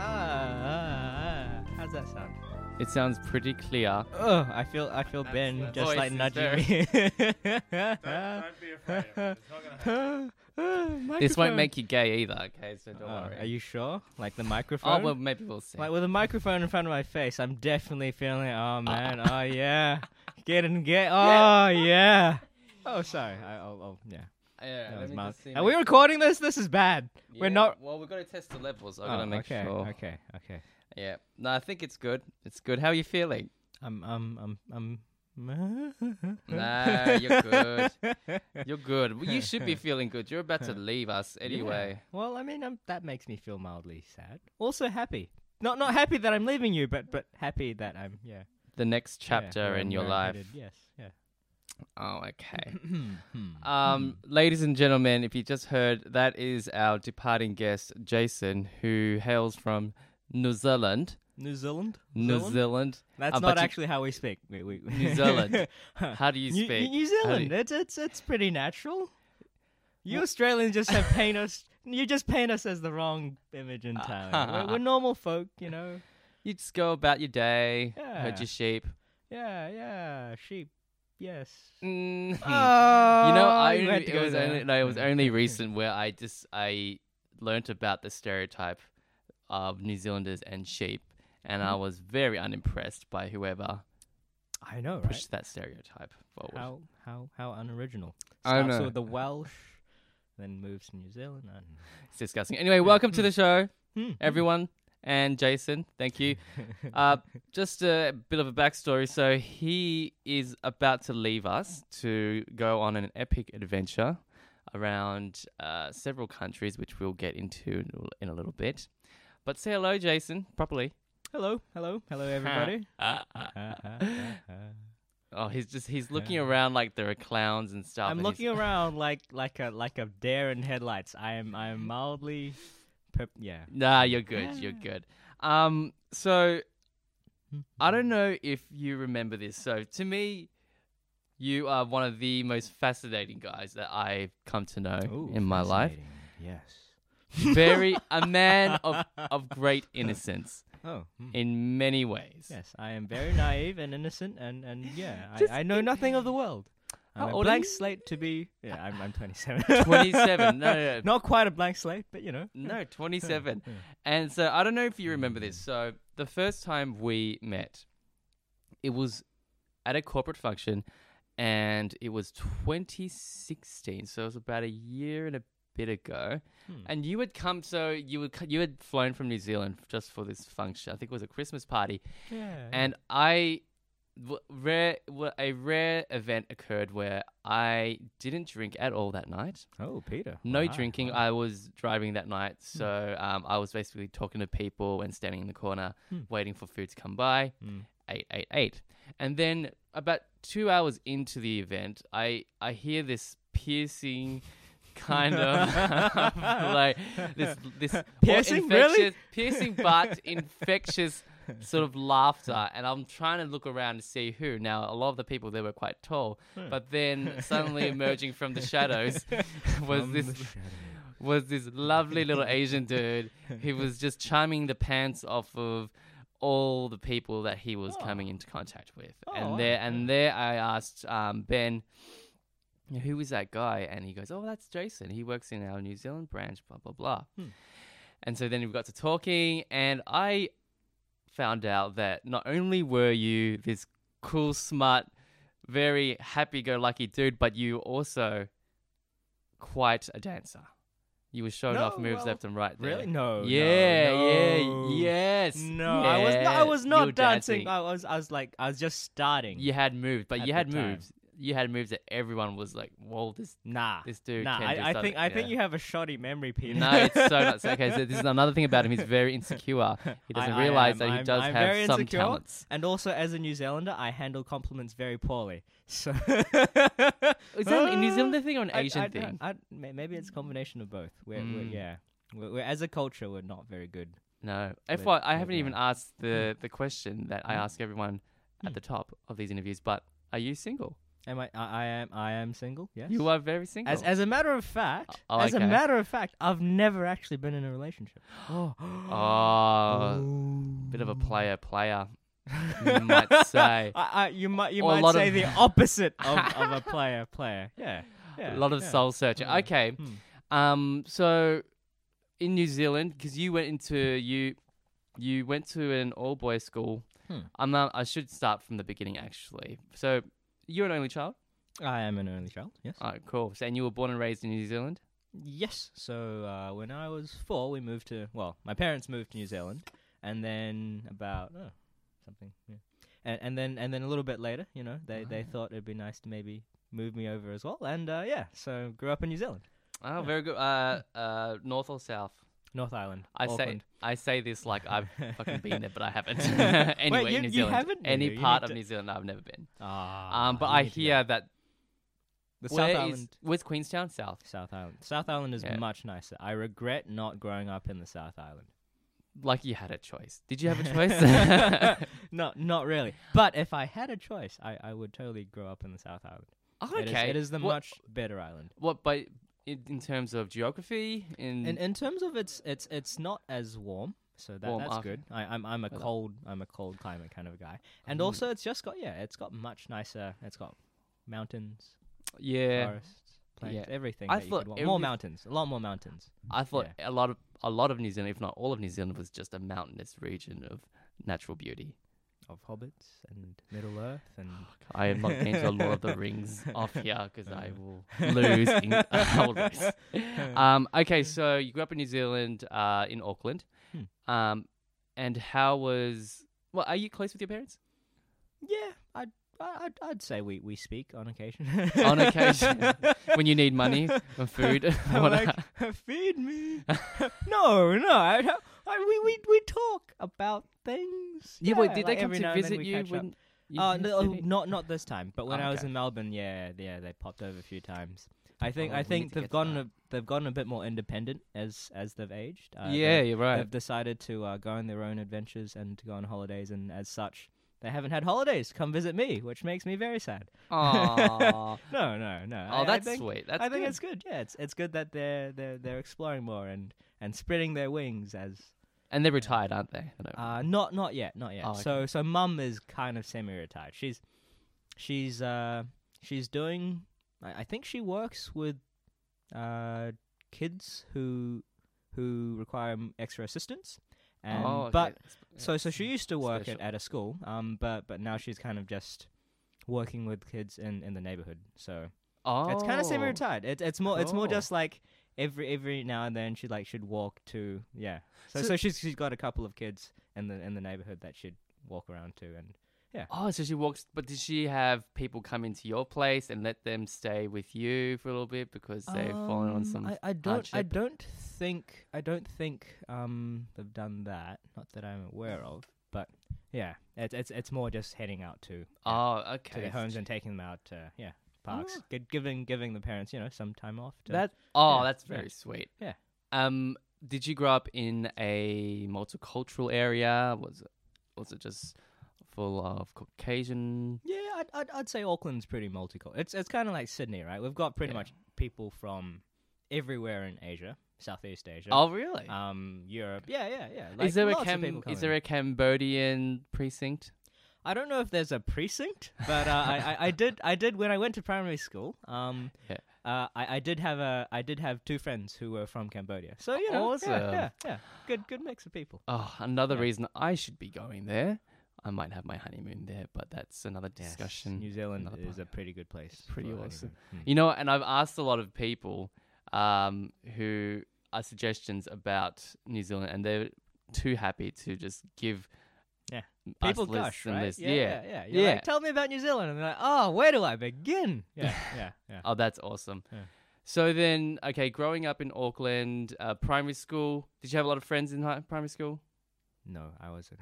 Ah, that sound? It sounds pretty clear. Oh, I feel I feel That's- Ben that's- just like Voice nudging me. Don't, don't be afraid. of it. It's not gonna happen. This won't make you gay either, okay? So don't Oh, worry. are you sure? Like the oh, microphone? well, maybe we'll see. like with a microphone in front of my face, I'm definitely feeling. Uh, Oh man. oh yeah. Get and get. Oh yeah. Oh sorry. I, oh, oh yeah. yeah, That let was me mild. just see, Are mate. we recording this? This is bad. Yeah, We're not. Well, we've got to test the levels. I've oh, got to make okay, sure. Okay. Okay. Yeah. No, I think it's good. It's good. How are you feeling? I'm. I'm. I'm. I'm. nah, you're good. You're good. Well, you should be feeling good. You're about to leave us anyway. Yeah. Well, I mean, um that makes me feel mildly sad. Also happy. Not not happy that I'm leaving you, but but happy that I'm yeah. The next yeah, chapter we're in your life. marinated. Yes. Yeah. Oh, okay. Hmm. um, ladies and gentlemen, if you just heard, that is our departing guest, Jason, who hails from New Zealand. New Zealand. New Zealand. That's Uh, but not you- actually how we speak. We, we, New Zealand. How do you New, speak? New How do Zealand. you- It's it's it's pretty natural. You Australians just have paint us. You just paint us as the wrong image entirely. Ah. we're, we're normal folk, you know. You just go about your day, herd Yeah. your sheep. Yeah, yeah, sheep. Yes. Mm. Oh, you know, I you only, had to it go was there. Mm. only no, it was only recent where I just I learnt about the stereotype of New Zealanders and sheep, and Mm-hmm. I was very unimpressed by whoever I know, right? pushed that stereotype forward. How how how unoriginal. I Starts know. with the Welsh, then moves to New Zealand. I don't know. It's disgusting. Anyway, welcome to the show, Hmm. everyone. And Jason, thank you. Uh, just a bit of a backstory. So he is about to leave us to go on an epic adventure around uh, several countries, which we'll get into in a little bit. But say hello, Jason, properly. Hello, hello, hello, everybody. Ah, ah. oh, he's just—he's looking around like there are clowns and stuff. I'm and he's- looking around like like a like a dare in headlights. I am I am mildly, perp- yeah. Nah, you're good. You're good. Um, so I don't know if you remember this. So to me, you are one of the most fascinating guys that I've come to know Ooh, in my life. fascinating. Yes. Very a man of of great innocence Oh. hmm. in many ways. Yes, I am very naive and innocent, and and yeah, Just I, I know nothing of the world. How I'm a old are blank you? slate to be. Yeah, I'm I'm 27. 27. No, no, no. not quite a blank slate, but you know. No, 27. And so I don't know if you remember this. So the first time we met, it was at a corporate function and it was 2016. So it was about a year and a bit ago. Hmm. Mm. And you had come, so you, would, you had flown from New Zealand just for this function. I think it was a Christmas party. Yeah. And I w- rare w- a rare event occurred where I didn't drink at all that night. oh, Peter. No Wow, drinking. wow. Hmm. I was driving that night, so um, I was basically talking to people and standing in the corner, Hmm. waiting for food to come by. Eight, eight, eight, and then about two hours into the event, I I hear this piercing. Kind of like this, this or Piercing? Really? infectious- piercing, but infectious sort of laughter. And I'm trying to look around to see who. Now, a lot of the people there were quite tall, Hmm. but then suddenly emerging from the shadows was From this the shadow. was this lovely little Asian dude who was just charming the pants off of all the people that he was coming into contact with. and wow. there and there I asked um, Ben who is that guy? And he goes, Oh, that's Jason. He works in our New Zealand branch, blah, blah, blah. And so then we got to talking, and I found out that not only were you this cool, smart, very happy go lucky dude, but you also quite a dancer. You were showing off No, moves well, left and right. There. Really? No. Yeah, no, no. yeah, yes. No, I was not, yeah, I was you were not dancing. I was I was like I was just starting. You had moves, but at you the had time. moves. You had moves that everyone was like, "Whoa, this Nah. This dude Nah. can do I, I something, think I think yeah. you have a shoddy memory, Peter. No, it's so not. so- Okay, so this is another thing about him. He's very insecure. He doesn't I- I realize am. that he I'm- does I'm have very some insecure, talents. And also, as a New Zealander, I handle compliments very poorly. So Is that a New Zealander thing or an I- Asian I'd- thing? I'd- may- maybe it's a combination of both. We're, we're- Mm. yeah, we're, we're, as a culture, we're not very good. no. But- FY, I but haven't yeah. Mm. even asked the, the question that I ask everyone at the top of these interviews, but are you single? Am I, I? I am. I am single. Yes. You are very single. As as a matter of fact, Oh, as okay. a matter of fact, I've never actually been in a relationship. oh, Uh, bit of Oh, a player, player. you might say. I, I, you might you Or a might lot say of- the opposite of, of a player player. Yeah. yeah a lot of yeah. Mm. soul searching. Yeah. Okay. Um. So, in New Zealand, because you went into you, you went to an all boys school. Hmm. I'm not, I should start from the beginning actually. So, you're an only child. I am an only child. Yes. All right, cool. So, and you were born and raised in New Zealand. Uh, Yes. So uh, when I was four, we moved to well, my parents moved to New Zealand, and then about oh, something, yeah. and, and then and then a little bit later, you know, they they Ah. thought it'd be nice to maybe move me over as well, and uh, yeah, so grew up in New Zealand, Oh, very good. Uh, uh, north or south? North Island. I Auckland. say I say this like I've fucking been there, but I haven't. Wait, anyway, you- New you Zealand, haven't been any there. You part need of to- New Zealand, I've never been. Ah, Um, but you I need to go. hear that the where South is- Island. where's Queenstown South? South Island. South Island is Yeah. much nicer. I regret not growing up in the South Island. Like you had a choice. Did you have a choice? no, not really. But if I had a choice, I, I would totally grow up in the South Island. okay. It is, it is the what, much better island. What, but in, in terms of geography, in, In in terms of it's it's it's not as warm, so that, Warm, that's okay. good. I, I'm I'm a Weather. cold I'm a cold climate kind of a guy, and Mm. also it's just got yeah, it's got much nicer. It's got mountains, yeah, forests, plains, Yeah. everything. I that you could thought want. more every- mountains, a lot more mountains. I thought a lot of a lot of New Zealand, if not all of New Zealand, was just a mountainous region of natural beauty. Of hobbits and Middle Earth and I am not getting into a lot of the Rings off here because I will lose. In, I will lose. Um, okay, so you grew up in New Zealand, uh, in Auckland, um, and how was? Well, are you close with your parents? yeah, I'd I- I'd, I'd say we, we speak on occasion. On occasion, when you need money or food, I'm what- like, feed me. no, no. I, I, we, we, we talk about things. yeah, wait, did like they come every now to and then visit we you catch up. when? you Uh, came to no, visit? not not this time. But when Oh, I was okay. in Melbourne, yeah, yeah, they popped over a few times. I think Oh, we I need think to they've get to gotten that. a, they've gotten a bit more independent as as they've aged. Uh, yeah, they've, you're right. they've decided to uh, go on their own adventures and to go on holidays, and as such, they haven't had holidays. Come visit me, which makes me very sad. Aw. No, no, no. I- oh, I that's think- sweet. That's I think good. it's good. Yeah, it's it's good that they're they're they're exploring more and and spreading their wings as and they're retired, aren't they? I don't- uh not not yet, not yet. Oh, okay. So so mum is kind of semi-retired. She's she's uh she's doing I, I think she works with uh kids who who require m- extra assistance. And oh, okay. but That's- so so she used to work at, special. at a school um but but now she's kind of just working with kids in in the neighborhood. So oh. it's kind of semi-retired. It's it's more it's more Cool. just like every every now and then she like should walk to yeah. So so, So- she's she's got a couple of kids in the in the neighborhood that she'd walk around to and Oh, so she walks, but did she have people come into your place and let them stay with you for a little bit because they've fallen on some? Um, I, I don't I hardship. don't think I don't think um they've done that. Not that I'm aware of, but yeah, it's it's it's more just heading out to yeah, oh, okay. to their so homes she- and taking them out to yeah parks, Oh. Gi- giving giving the parents you know some time off. To, that. Oh, yeah, that's yeah. very sweet. Yeah. Um, did you grow up in a multicultural area? Was it was it just full of Caucasian? Yeah, I'd, I'd, I'd say Auckland's pretty multicultural. It's it's kind of like Sydney, right? We've got pretty Yeah. much people from everywhere in Asia, Southeast Asia, Oh, really? um, Europe. Yeah, yeah, yeah. Like, is there a lots of Cam- people is coming. there a Cambodian precinct? I don't know if there's a precinct, but uh, I, I, I did I did when I went to primary school. Um, Yeah. uh, I, I did have a I did have two friends who were from Cambodia. So you know, Awesome. yeah, yeah, yeah. good good mix of people. Oh, another Yeah. reason I should be going there. I might have my honeymoon there, but that's another Yes, discussion. New Zealand another is a pretty good place. pretty for Hmm. awesome. honeymoon. You know, and I've asked a lot of people um, who are suggestions about New Zealand, and they're too happy to just give Yeah. us people lists gush, and right? lists. Yeah, yeah, yeah. You're Yeah. Like, Tell me about New Zealand, and they're like, "Oh, where do I begin?" Yeah, yeah, yeah. Oh, that's awesome. Yeah. So then, okay, growing up in Auckland, uh, primary school. Did you have a lot of friends in high, primary school? No, I wasn't.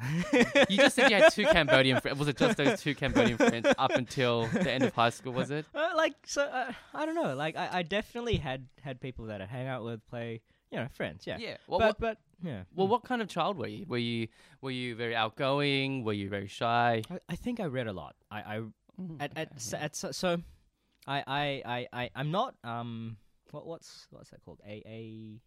You just said you had two Cambodian friends. Was it just those two Cambodian friends up until the end of high school? Was it? Uh, like so, uh, I don't know. Like I, I definitely had had people that I hang out with, play, you know, friends. Yeah, Well, but what, but yeah. well, what kind of child were you? Were you were you very outgoing? Were you very shy? I, I think I read a lot. I, I Mm, at at, s- at so, so I, I, I, I, I'm not. Um, what, what's what's that called? A A.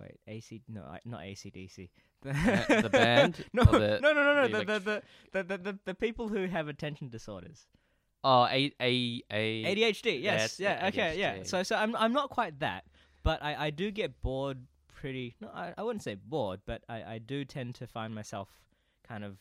Wait, AC? No, I, not ACDC. Uh, the band No, or the- no, no, no, no. The the the, the, the, the, the, the people who have attention disorders. Oh, a a a. ADHD. Yeah, Yes. it's Yeah. the okay. Yeah. ADHD. So so I'm I'm not quite that, but I I do get bored pretty. No, I, I wouldn't say bored, but I I do tend to find myself kind of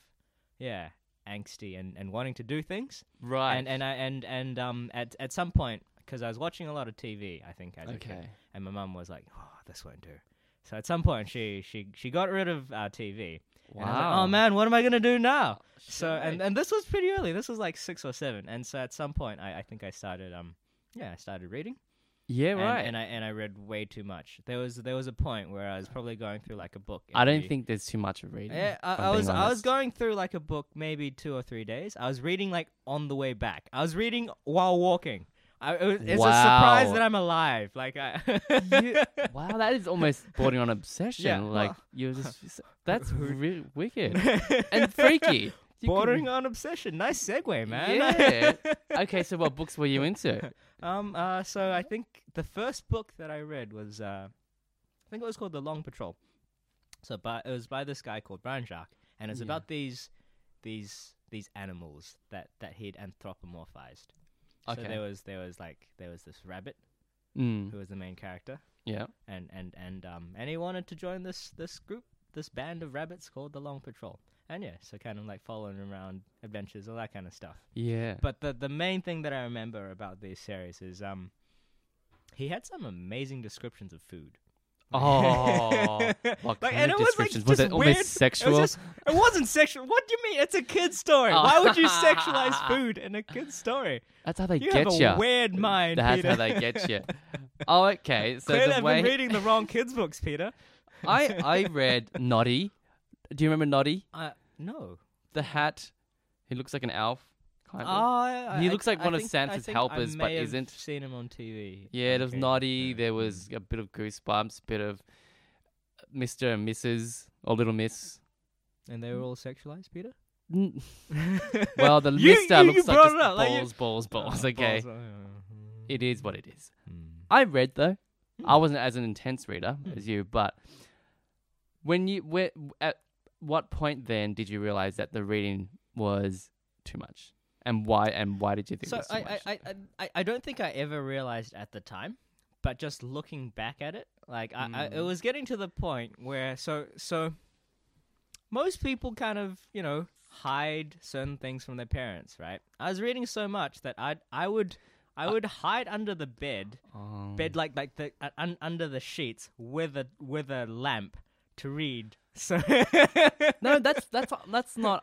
yeah angsty and and wanting to do things. right. And and I and and um at at some point because I was watching a lot of TV, I think as a kid, okay. and my mum was like, "Oh, this won't do." So at some point she she she got rid of uh, TV. Wow. And I was like, oh man, what am I gonna do now? So and, Shite. and this was pretty early. This was like six or seven. And so at some point, I, I think I started um yeah I started reading. yeah, And- right. And, I and I read way too much. There was there was a point where I was probably going through like a book. I don't every- think there's too much of reading. Yeah, Eh, I, if I I'm being was I was honest. going through like a book maybe two or three days. I was reading like on the way back. I was reading while walking. I, it was, it's a surprise Wow. that I'm alive. Like I. wow, that is almost bordering on obsession. Yeah, like well- you're just that's really wicked and freaky. You could- Bordering on obsession. Nice segue, man. Yeah. okay, so what books were you into? Um. Uh. So I think the first book that I read was, uh, I think it was called The Long Patrol. So, but it was by this guy called Brian Jacques, and it's Yeah. about these, these, these animals that that he'd anthropomorphized. Okay. So there was there was like there was this rabbit Mm, who was the main character, yeah. and and and um and he wanted to join this this group this band of rabbits called the Long Patrol. And yeah, so kind of like following around adventures, all that kind of stuff. Yeah. But the the main thing that I remember about these series is um he had some amazing descriptions of food. Oh, what Like, kind and of it was like descriptions was it? just Almost weird. sexual. It, was just, it wasn't sexual. What do you mean? It's a kid's story. Oh. Why would you sexualize food in a kid's story? That's how they You have get a you. weird mind, That's Peter. how they get you. Oh, okay. So Clearly, the I've way been reading the wrong kids' books, Peter. I I read Noddy. Do you remember Noddy? Uh, no. The hat. He looks like an elf. Kind of. Oh, He looks like one of Santa's helpers, but isn't. Seen him on TV. Yeah, there was Okay. Noddy. Yeah. There was a bit of Goosebumps, bit of Mr. and Mrs. or Little Miss. Mm. And they were all sexualized, Peter. N- well, the You- Mister you- you looks like brought just it up, like you- uh, balls, balls, balls. Okay, it is what it is. Mm. I read though. I Hmm. wasn't as an intense reader Hmm. as you, but when you where at what point then did you realize that the reading was too much, and why and why did you think it So was too I, much? I, I, I, I don't think I ever realized at the time, but just looking back at it, like I, I, it Mm. was getting to the point where so so most people kind of you know hide certain things from their parents, right? I was reading so much that I I would I would hide under the bed, Uh, Um, bed like like the uh, un, under the sheets with a with a lamp to read. So no, that's that's that's not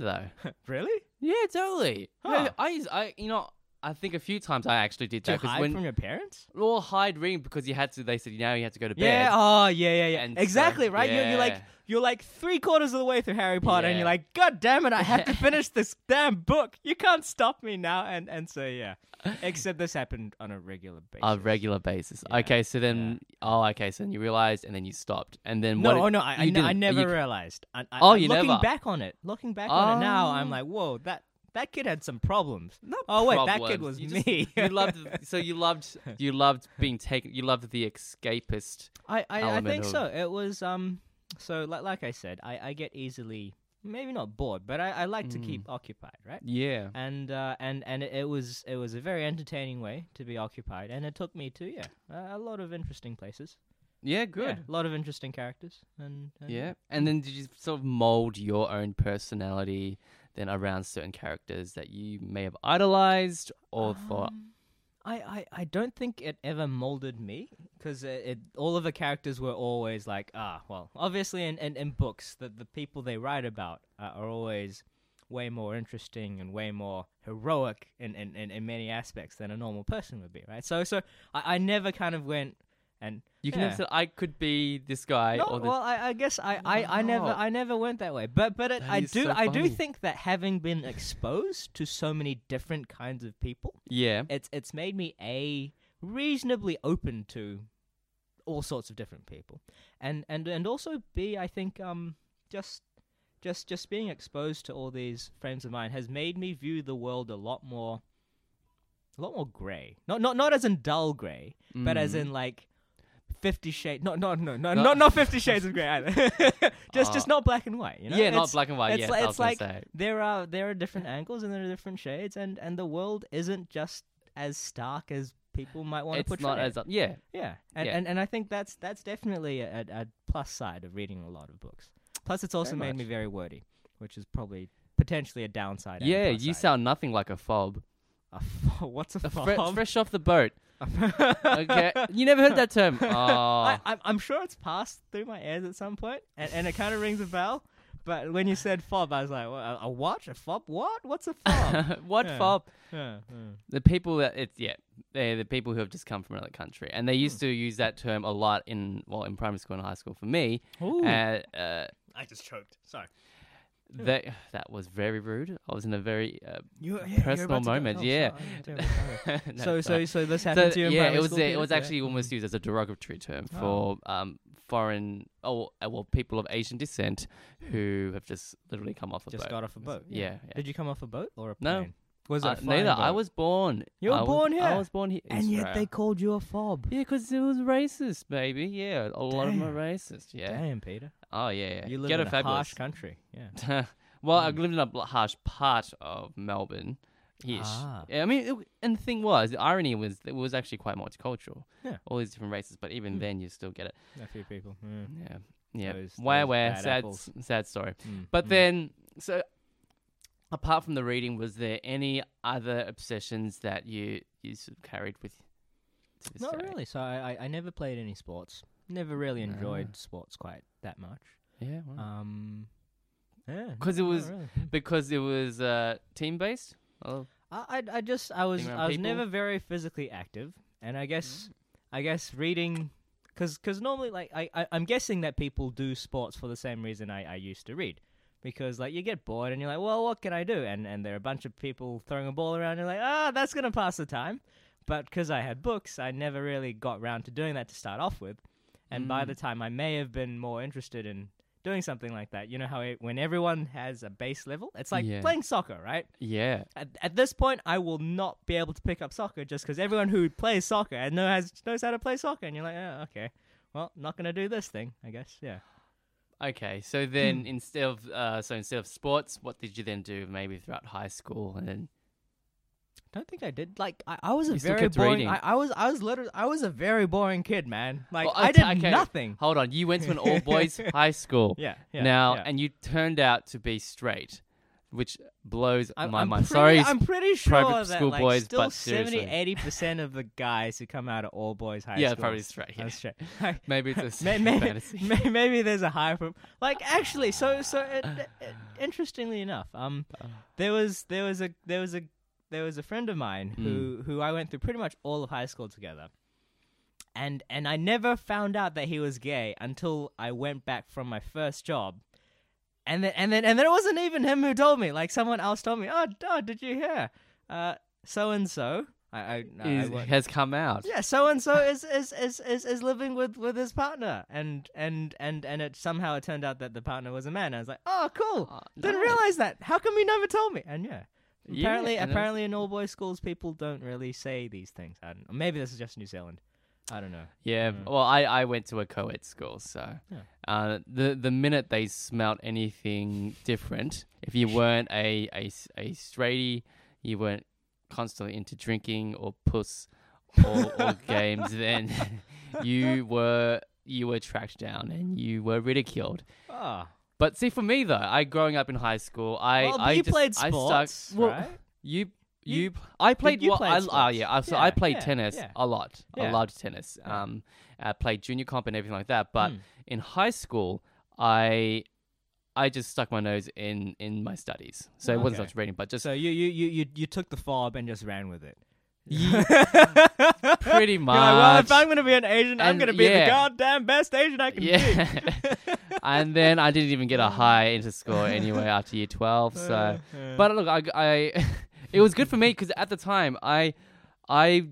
though. really Yeah, totally. No, Huh. I, used- I, you know, I think a few times I actually did to that because hide when from your parents. all hide ring because you had to, they said now you had to go to bed. Yeah. Oh, yeah, yeah, yeah. And so- exactly. right. You're, you're like yeah. you're like three quarters of the way through Harry Potter, and Yeah. you're like, God damn it! I have to finish this damn book. You can't stop me now. And and so yeah. Except this happened on a regular basis. on a regular basis. oh, Yeah, Okay, so then, oh, okay, so then you realized and then you stopped and then No, what? oh no, I, I, you ne- I didn't- never you- realized. I, I, Oh, I'm you looking never- back on it, looking back on it now, I'm Oh. like, whoa, that that kid had some problems. oh wait, that kid was problems. You just- me. you loved, so you loved, you loved being taken. You loved the escapist. I, I, I element think of- so. It was um so like like I said, I, I get easily maybe not bored, but I, I like to Hmm. keep occupied, right? Yeah. and uh, and and it, it was it was a very entertaining way to be occupied, and it took me to yeah a, a lot of interesting places. Yeah. Yeah, Good. a lot of interesting characters, and, and Yeah. And then did you sort of mold your own personality then around certain characters that you may have idolized or thought, Um, I, I, I don't think it ever molded me because it, it, all of the characters were always like, ah, well, obviously in, in, in books, that the people they write about uh, are always way more interesting and way more heroic in, in, in, in many aspects than a normal person would be, right? So, so I, I never kind of went and you can yeah. have said, I could be this guy No, or this. well, I, I guess I, I, I never Wow. I never went that way. But but it, That I is do so I do funny. think that having been exposed to so many different kinds of people, yeah. it's it's made me a reasonably open to all sorts of different people, and and and also b I think um just just just being exposed to all these frames of mind has made me view the world a lot more a lot more grey. Not not not as in dull grey, but as Mm. in like Fifty Shades. Not not no no No. not not Fifty Shades of Grey either. just just Ah. not black and white. You know. yeah, not It's- black and white. it's yes, like- I it's was gonna like- say. There are there are different angles and there are different shades, and and the world isn't just as stark as people might want to it's portray. not it. as up. Yeah, Yeah, and, Yeah. and and I think that's that's definitely a, a, a plus side of reading a lot of books. Plus, it's also Very made me very wordy, which is probably potentially a downside. and a yeah. plus You side. sound nothing like a fob. A fo- what's a A fre- fob? fresh off the boat. Okay, you never heard that term. Oh, I, I'm, I'm sure it's passed through my ears at some point, and, and it kind of rings a bell. But when you said fob, I was like, "Wha- a, a what? A fob? What? What's a fob? what yeah. fob? yeah, yeah. The people that it's yeah, they're the people who have just come from another country, and they used Hmm. to use that term a lot in well in primary school and high school for me. Ooh, Uh, uh, I just choked. Sorry. that that was very rude. I was in a very uh, You, you're Personal about to go- moment, oh, yeah. no, so, sorry. so, so this So, happened to you. In yeah, primary it was school, it was Peter? actually almost used as a derogatory term Oh. for um, foreign oh uh, well people of Asian descent who have just literally come off a Just boat. got off a boat. yeah, yeah. Did you come off a boat or a No. plane? Was it Uh, a flying neither. I boat? was born. You were I was- born I here? was born here. in And yet they Australia. called you a fob. Yeah, because it was racist, baby. Yeah, a lot of them are racist. Yeah. Damn, Peter. Oh yeah, yeah. You live Get in a fabulous. harsh country. Yeah. well, I lived in a bl- harsh part of Melbourne. Ish. Ah. Yeah, I mean, it, and the thing was, the irony was, it was actually quite multicultural. Yeah. All these different races, but even then, you still get it. A few people. Hmm. yeah. Yeah. Yeah. Those- where, those where? bad Sad, apples. sad story. Mm, But mm. then, so apart from the reading, was there any other obsessions that you you sort of carried with? To this Not day? really. So I, I, I never played any sports. Never really enjoyed sports quite that much. Yeah. wow. Um, yeah. Because Mm. it not was really. because it was uh, team based. Oh, I, I I just I was around I was people. Mm. never very physically active, and I guess I guess reading, because cause normally like I, I I'm guessing that people do sports for the same reason I, I used to read, because like you get bored and you're like, well, what can I do? And and there are a bunch of people throwing a ball around. And you're like, ah, that's gonna pass the time. But because I had books, I never really got round to doing that to start off with, and by Mm. the time I may have been more interested in doing something like that, you know how it, when everyone has a base level, it's like Yeah. playing soccer, right? yeah. At, at this point, I will not be able to pick up soccer just because everyone who plays soccer and know has, knows how to play soccer, and you're like, oh, okay, well, not gonna do this thing, I guess. Yeah. Okay, so then Hmm. instead of uh, so instead of sports, what did you then do? Maybe throughout high school and then Don't think I did. Like I, I was a You still very kept boring. reading. I, I was I was literally I was a very boring kid, man. Like Well, I okay- did okay, nothing. Hold on, you went to an all boys high school. Yeah. yeah now yeah. and you turned out to be straight, which blows I'm, my I'm mind. pretty- Sorry, I'm pretty sure private that school like boys, still but 70, seriously. 80 percent of the guys who come out of all boys high Yeah, schools probably straight, yeah. are straight. Like, maybe it's a May- may- may- fantasy. maybe, there's a high from like actually so so it, it- interestingly enough um there was there was a there was a there was a friend of mine Hmm. who who I went through pretty much all of high school together and and I never found out that he was gay until I went back from my first job and then and then and then it wasn't even him who told me like someone else told me oh, oh did you hear uh so and so I I, I Is- won't- has come out. yeah, so and so is is, is is is living with with his partner, and and and and it somehow it turned out that the partner was a man. I was like, oh, cool. Ah, Didn't nice. realize that. How come you never told me? And yeah, Yeah, apparently and it was- apparently in all boys schools people don't really say these things. I don't, maybe this is just New Zealand. I don't know. Yeah, well, I, I went to a co-ed school, so Mm. Yeah. uh, the the minute they smelt anything different, if you weren't a a s- a straighty, you weren't constantly into drinking or puss or, or games, then you were you were tracked down and you were ridiculed. Ah, But see, for me though, I growing up in high school, I well, Oh, but I you just- played I sports, stuck- well, right? you. You- You, I played you what played I oh sports. yeah I, so Yeah, I played yeah, tennis yeah. a lot Yeah. a lot of tennis Yeah. um I played junior comp and everything like that but Mm. in high school I I just stuck my nose in in my studies so it wasn't Okay. such reading but just So you you you you you took the fob and just ran with it. pretty much You're like, well, if I'm going to be an Asian, I'm And, going to be yeah. the goddamn best Asian I can be. yeah and then I didn't even get Oh. a high into school anyway after year twelve so. Yeah. But look, I, I it was good for me because at the time I, I,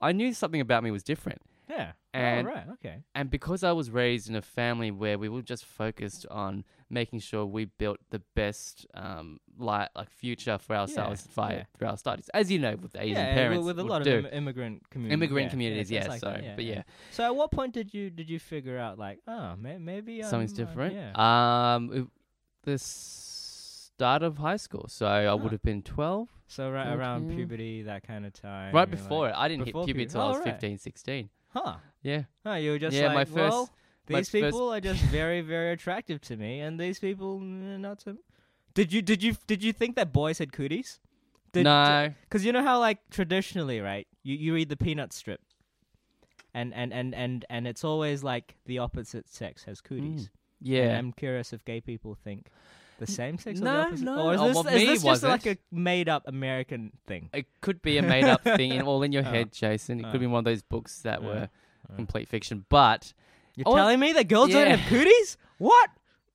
I knew something about me was different, Yeah. and- oh, right. Okay. and because I was raised in a family where we were just focused on making sure we built the best um, like like future for ourselves Yeah, via yeah. for our studies, as you know, with the Asian yeah, parents well, with a would lot do. of Im- mm, immigrant communities. immigrant communities. Yeah, it's like so that, but yeah, So at what point did you did you figure out like, oh, may- maybe I'm, something's uh, different. yeah. Um, it, the start of high school, so I would have been twelve, so right around okay. puberty, that kind of time. right you're before like, it. I didn't hit before puberty puberty. till I Oh, was right. fifteen, sixteen. Huh? Yeah, Huh? You were just yeah. like, my first, well, my these first- people are just very, very attractive to me, and these people mm, not so. Did you did you did you think that boys had cooties? Did, no, Because you know how, like, traditionally, right? You you read the peanut strip, and and and and and it's always like the opposite sex has cooties. Mm. And yeah. I'm curious if gay people think the same sex no, or the opposite. no. Or is Oh, this, well, is me this just wasn't. like a made up American thing? It could be a made up thing, in, all in your Oh. head, Jason. It could Oh. be one of those books that Oh. were Oh. complete fiction. But You're Oh, telling me that girls yeah. don't have cooties? What?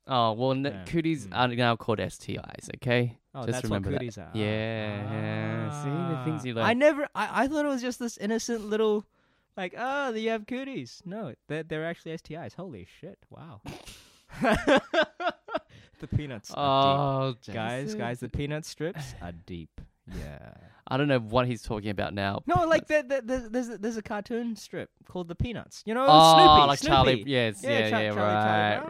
oh well, n- Yeah. cooties Mm. are now called STIs. Okay, Oh, Just that's what remember that. cooties are. Yeah, yeah. See, the things you Ah. I learn. never. I, I thought it was just this innocent little, like, oh, you have cooties. No, they're, they're actually STIs. Holy shit! Wow. the peanuts. Are oh, deep. guys, Jason. guys, the peanut strips are deep. Yeah. I don't know what he's talking about now. No, but- like the, the, the, there's a- there's a cartoon strip called the Peanuts. You know, oh, Snoopy, like Snoopy. Charlie. Yes, yeah, yeah, Cha- Charlie, Charlie right,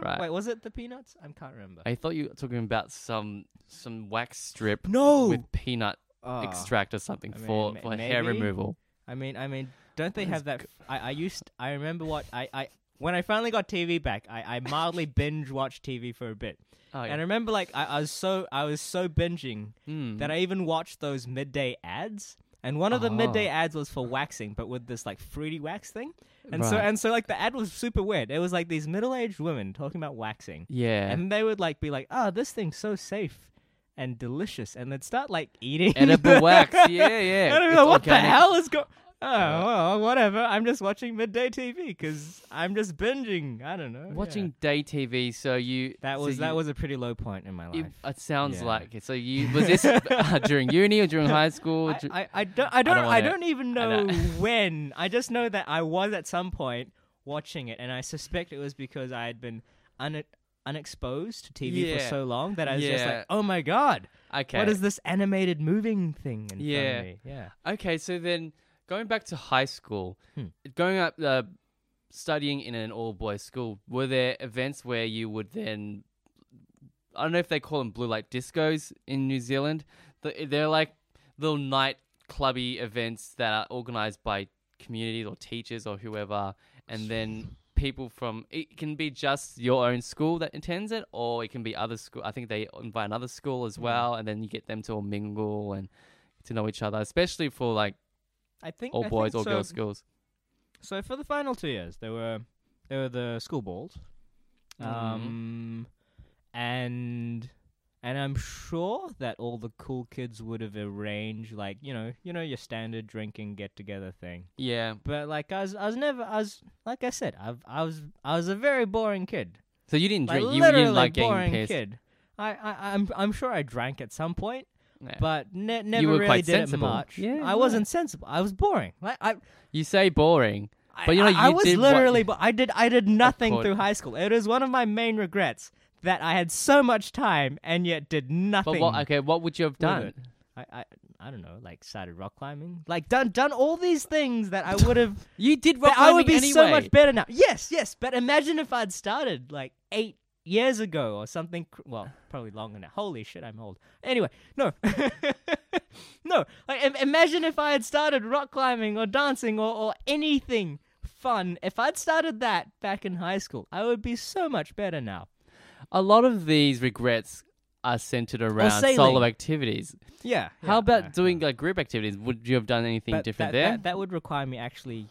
Brown? right. Wait, was it the Peanuts? I can't remember. I thought you were talking about some some wax strip no. with peanut Oh. extract or something I mean, for ma- for hair maybe. removal. I mean, I mean, don't they That is have that? f- I I used. I remember what I I when I finally got TV back. I I mildly binge watched TV for a bit, Oh, and I remember like I, I was so I was so binging Mm. that I even watched those midday ads. And one of the midday Oh. ads was for waxing, but with this like fruity wax thing. And so Right. and so like the ad was super weird. It was like these middle aged women talking about waxing. yeah. And they would like be like, Oh, this thing's so safe and delicious and they'd start like eating Edible the- wax. Yeah, yeah. I don't It's know what the organic. hell is going. Oh well, whatever. I'm just watching midday TV because I'm just binging. I don't know. yeah. Watching day TV, so you that so was that you- was a pretty low point in my life. It, it sounds Yeah. like it. So you was this uh, during uni or during high school? I, Dur- I, I don't I don't I don't, wanna- even I know know. when. I just know that I was at some point watching it, and I suspect it was because I had been un, unexposed to TV for Yeah. so long that I was just Yeah. like, oh my god, okay. what is this animated moving thing? In Yeah. front of me? yeah. Okay, so then going back to high school, Hmm. going up uh, studying in an all boys school, were there events where you would then I don't know if they call them blue light discos in New Zealand. Th- They're like little night clubby events that are organized by communities or teachers or whoever, and then people from it can be just your own school that attends it, or it can be other school. I think they invite another school as well, and then you get them to all mingle and to know each other, especially for like I think all I boys think or so, girls schools. So for the final two years, there were there were the school balls, Mhm. um, and and I'm sure that all the cool kids would have arranged like you know you know your standard drinking get together thing. Yeah. But like I was I was never I was like I said I I was I was a very boring kid. So you didn't Like drink. you, you literally didn't like boring getting pissed. kid. I, I I'm I'm sure I drank at some point, Yeah. but ne- never were really quite did sensible. it much. Yeah, I no. wasn't sensible. I was boring. Like I you say boring. I- But, you know, I, I you was did what- literally, but I did, I did nothing course. through high school. It is one of my main regrets that I had so much time and yet did nothing. But what? Okay, what would you have done? it. I, I, I don't know, like started rock climbing, like done, done all these things that I would have. You did rock that I would be climbing so anyway. much better now. Yes, yes, but imagine if I'd started like eight years ago or something. cr- Well, probably longer now. Holy shit, I'm old. Anyway, no, no. Like, im- imagine if I had started rock climbing or dancing or, or anything fun. If I'd started that back in high school, I would be so much better now. A lot of these regrets are centered around solo sailing. activities. Yeah. How about doing like group activities? Would you have done anything But different that, there? That, that would require me actually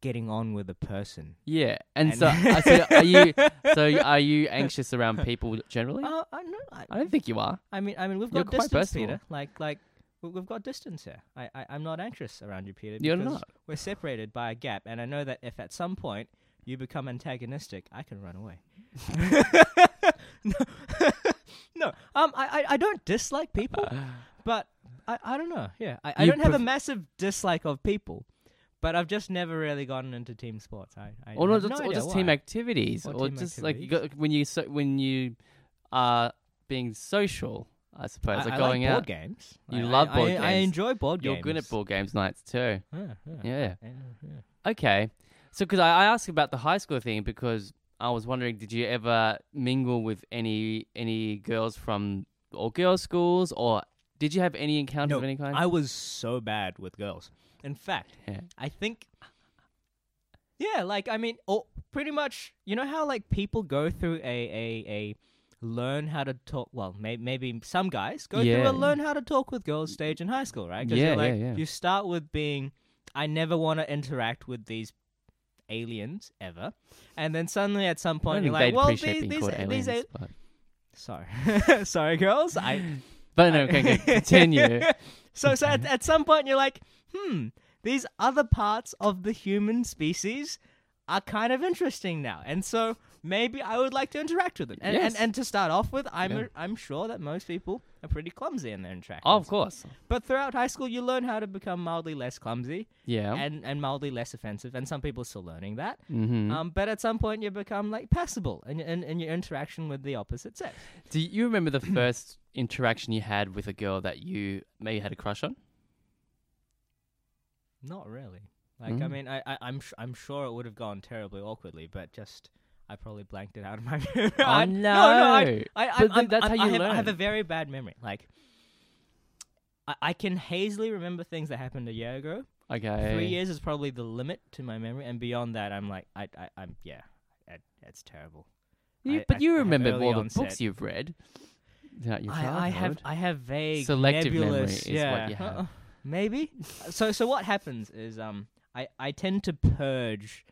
getting on with a person. yeah, and, and- so, uh, so are you? So are you anxious around people generally? Oh, I know. I, I don't think you are. I mean, I mean, we've You're got quite distance, personal. Peter. Like, like we- we've got distance here. I, I, I'm not anxious around you, Peter. You're because not. We're separated by a gap, and I know that if at some point you become antagonistic, I can run away. no, no. Um, I, I, I don't dislike people, but I, I don't know. Yeah, I, I Uh. You don't have a pref- massive dislike of people. But I've just never really gotten into team sports. I, I or not have just, no or idea just team why. activities, or, Or team just like you got, when you so, when you are being social. I suppose. like I going like out. board games. You Like, love I, board I, I games. enjoy board You're games. good at board games nights Yeah, too. yeah. Yeah. Yeah, yeah. Okay. So, because I, I asked about the high school thing because I was wondering, did you ever mingle with any any girls from all girls schools, or did you have any encounters No, of any kind? I was so bad with girls. In fact, Yeah. I think. Yeah, like I mean, oh, pretty much. You know how like people go through a a a learn how to talk. Well, may, maybe some guys go Yeah. through a learn how to talk with girls stage in high school, right? 'Cause Yeah, you're like, yeah, yeah. You start with being, I never want to interact with these aliens ever, and then suddenly at some I point don't you're think like, they'd well, these appreciate being these called these aliens, a- but- sorry, sorry, girls, I but no, okay, okay, continue. so, so at, at some point you're like, hmm, these other parts of the human species are kind of interesting now, and so maybe I would like to interact with them. And Yes. and, and to start off with, I'm Yeah. I'm sure that most people are pretty clumsy in their interactions. Oh, of course. But throughout high school, you learn how to become mildly less clumsy Yeah. and and mildly less offensive, and some people are still learning that. mm-hmm. Um, but at some point you become like passable in, in, in your interaction with the opposite sex. Do you remember the first interaction you had with a girl that you maybe had a crush on? Not really. Like I Mm. mean, I, I I'm sh- I'm sure it would have gone terribly awkwardly, but just I probably blanked it out of my memory. I- Oh, I, Oh, no. I, I, But then I'm- that's I'm- how I you have, I have a learn. very bad memory. Like I, I can hazily remember things that happened a year ago. Okay. Three years is probably the limit to my memory, and beyond that, I'm like I, I I'm yeah, I, that's terrible. You- I- but I- I you have remember early all the onset. books you've read throughout your childhood. I, I have I have vague Selective memory nebulous, is what yeah. you have. Uh, maybe. so so what happens is um I I tend to purge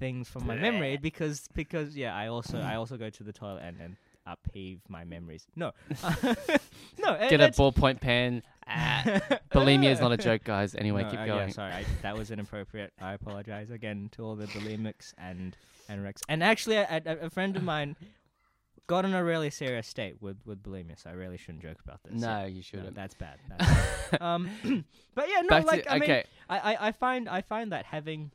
things from my memory because because yeah I also I also go to the toilet and and upheave my memories. No. no. uh, Get a that's- ballpoint pen. Ah. Bulimia is not a joke, guys. Anyway, No, keep uh, going. Yeah, sorry, I, that was inappropriate. I apologize again to all the bulimics and and Rex. And actually, a, a, a friend of mine got in a really serious state with with bulimia, so I really shouldn't joke about this. No, Yeah. you No, shouldn't. that's bad. That's bad. um, but yeah, no, Back like to, I mean, okay. I, I, I find I find that having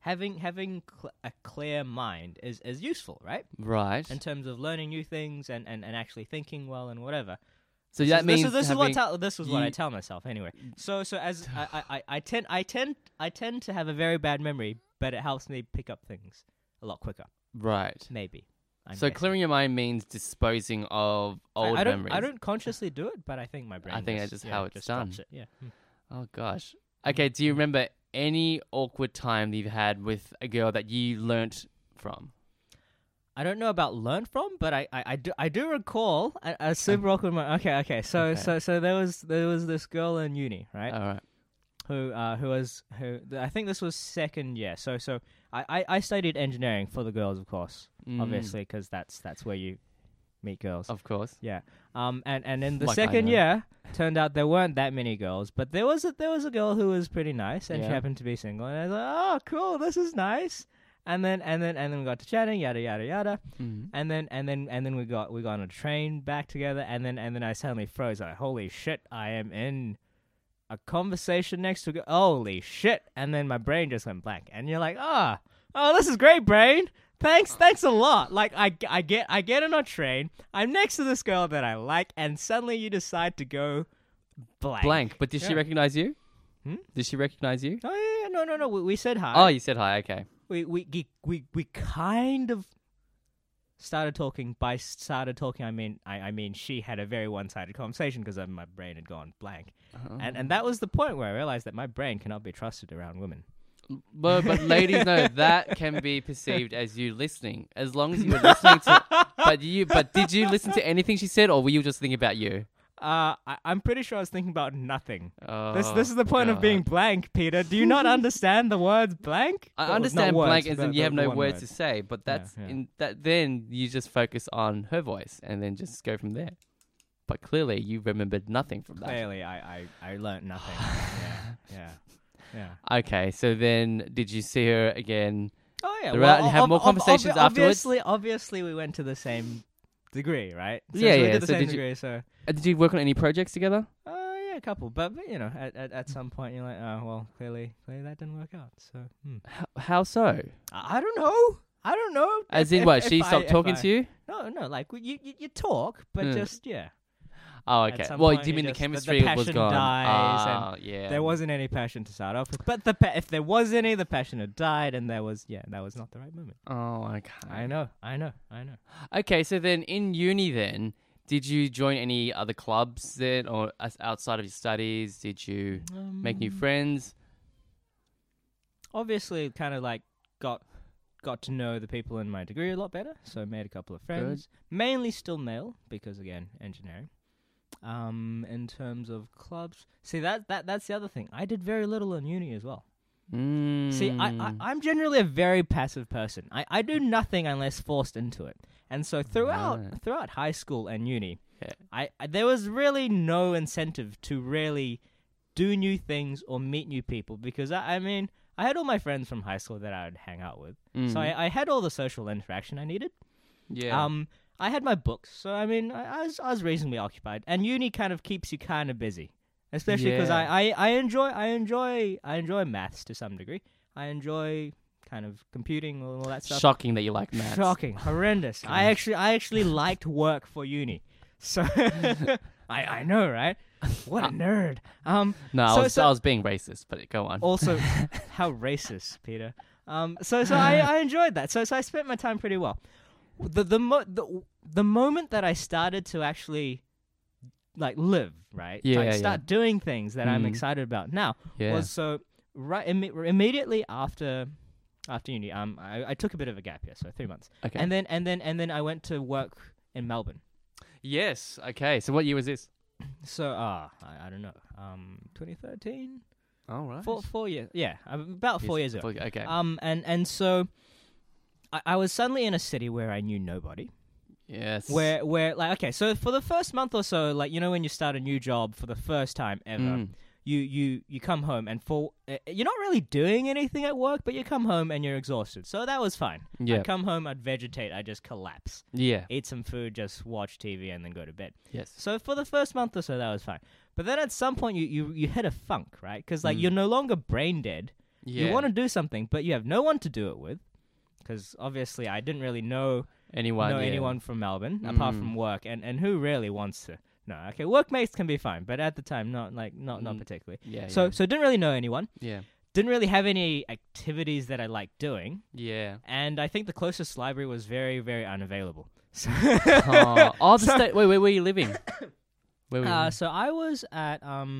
having having cl- a clear mind is is useful, right? Right. In terms of learning new things and and, and actually thinking well and whatever. So This that is- means this is, this is having, what tell this was what I you- tell myself anyway. So so as I, I, I, I tend I tend I tend to have a very bad memory, but it helps me pick up things a lot quicker. right. Maybe. I'm so guessing. clearing your mind means disposing of old I, I don't memories. I don't consciously do it, but I think my brain. just, think that's just yeah, how it's just stops done. It. Yeah. Mm. Oh gosh. Okay. Do you remember any awkward time that you've had with a girl that you learnt from? I don't know about learn from, but I, I, I do I do recall a, a super awkward moment. Okay, okay. So Okay. so so there was there was this girl in uni, right? All right. who uh, who was who th- I think this was second year. So so I, I, I studied engineering for the girls, of course, Obviously 'cause Mm, obviously, because that's that's where you meet girls. Of course. Yeah. Um. And and in the Oh. Like I second know. year, turned out there weren't that many girls, but there was a there was a girl who was pretty nice, and she Yeah. happened to be single. And I was like, oh, cool, this is nice. And then and then and then we got to chatting, yada yada yada. Mm. And then and then and then we got we got on a train back together and then and then I suddenly froze like holy shit I am in a conversation next to a g- holy shit and then my brain just went blank and you're like ah oh, this is great brain thanks thanks a lot like I, g- I get I get on a train I'm next to this girl that I like and suddenly you decide to go blank Blank. But did she Yeah. recognize you? Hmm? Did she recognize you? oh yeah, yeah no no no we, we said hi Oh, you said hi. Okay. we we we we, we kind of started talking. By started talking, I mean I, I mean she had a very one-sided conversation because my brain had gone blank, Uh-huh. and and that was the point where I realized that my brain cannot be trusted around women. But, but ladies, no, that can be perceived as you listening, as long as you were listening to. But you, but did you listen to anything she said, or were you just thinking about you? Uh, I, I'm pretty sure I was thinking about nothing. Oh, This this is the point of God. being blank, Peter. Do you not understand the words blank? I Well, not understand words, blank as the- in you the- have the no one words word. to say, but Yeah, that's yeah. in that. Then you just focus on her voice, and then just go from there. But clearly, you remembered nothing from that. Clearly, I I, I learned nothing. yeah, yeah, yeah. Okay, so then did you see her again? Oh yeah, They're out and have more conversations afterwards? Obviously, obviously, we went to the same degree, right? Yeah, so We yeah, did the so same did you- degree, so Uh, Did you work on any projects together? uh, yeah, a couple. But, but, you know, at, at at some point, you're like, oh well, clearly, clearly that didn't work out. So hmm. H- how so? I I don't know. I don't know. As If- in if- what? if She I- stopped if talking I- to you? No, No, no, like we- you, you, you talk, but Mm. just yeah. Oh, At okay. some Well, point do you it mean the just- the- the chemistry was passion gone? dies and Ah, yeah. There wasn't any passion to start off with, but the pa- if there was any, the passion had died, and there was yeah, that was not the right moment. Oh, okay. I know, I know, I know. Okay, so then in uni, then did you join any other clubs then, or as- outside of your studies? Did you make new Um, friends? Obviously, kind of like got got to know the people in my degree a lot better, so I made a couple of friends. Mainly still male because again, engineering. Um, in terms of clubs, see that that that's the other thing. I did very little in uni as well. Mm. See, I, I, I'm generally a very passive person. I, I do nothing unless forced into it. And so throughout Right. throughout high school and uni, Yeah. I, I there was really no incentive to really do new things or meet new people because I, I mean I had all my friends from high school that I would hang out with, so Mhm. I, I had all the social interaction I needed. yeah. Um, I had my books, so I mean, I, I was I was reasonably occupied, and uni kind of keeps you kind of busy, especially because Yeah. I, I I enjoy I enjoy I enjoy maths to some degree. I enjoy kind of computing and all that stuff. Shocking that you like maths. Shocking, horrendous. I actually I actually liked work for uni, so I I know right. What Uh, a nerd. Um, No, So- I, was, so- I was being racist, but go on. also how racist peter um so so I, I enjoyed that so so i spent my time pretty well the the, mo- the the moment that i started to actually like live right Yeah, like yeah. start doing things that i'm Mhm. excited about now yeah. was so right imme- immediately after after uni um I, I took a bit of a gap year so three months okay. and then and then and then i went to work in melbourne yes. Okay. So what year was this? so ah I, I don't know um 2013 All right. four four years yeah about four years ago Okay. Um, and and so I, I was suddenly in a city where I knew nobody. yes. Where where like okay, so for the first month or so, like you know when you start a new job for the first time ever, Mm. you you you come home and for uh, you're not really doing anything at work, but you come home and you're exhausted. So that was fine. Yeah. I'd come home, I'd vegetate, I would just collapse, yeah. eat some food, just watch TV, and then go to bed. Yes. So for the first month or so, that was fine. But then at some point, you you, you hit a funk, right? Because like Mm. you're no longer brain dead. Yeah. You want to do something, but you have no one to do it with. Because obviously, I didn't really know anyone? know yeah. anyone from Melbourne apart Mm. from work, and, and who really wants to? No, okay, workmates can be fine, but at the time, not like not not Mm. particularly. Yeah. So so didn't really know anyone. yeah. Didn't really have any activities that I liked doing, Yeah. and I think the closest library was very very unavailable. So, oh, oh, the state. Wait, wait, where are you living? Where were you uh, living? so I was at um,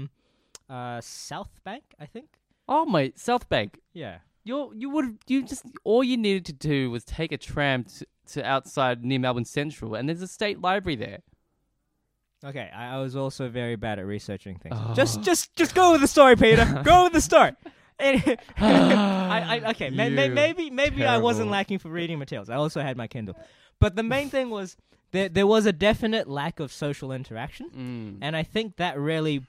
uh, South Bank, I think. Oh my, South Bank. Yeah. You you would you just all you needed to do was take a tram to, to outside near Melbourne Central, and there's a state library there. Okay, I, I was also very bad at researching things. Oh. Just, just, just go with the story, Peter. go with the story. Any- I, I, okay, may, may, Ah, You maybe, maybe I wasn't terrible. lacking for reading materials. I also had my Kindle, but the main thing was there, there was a definite lack of social interaction, Mm. and I think that really,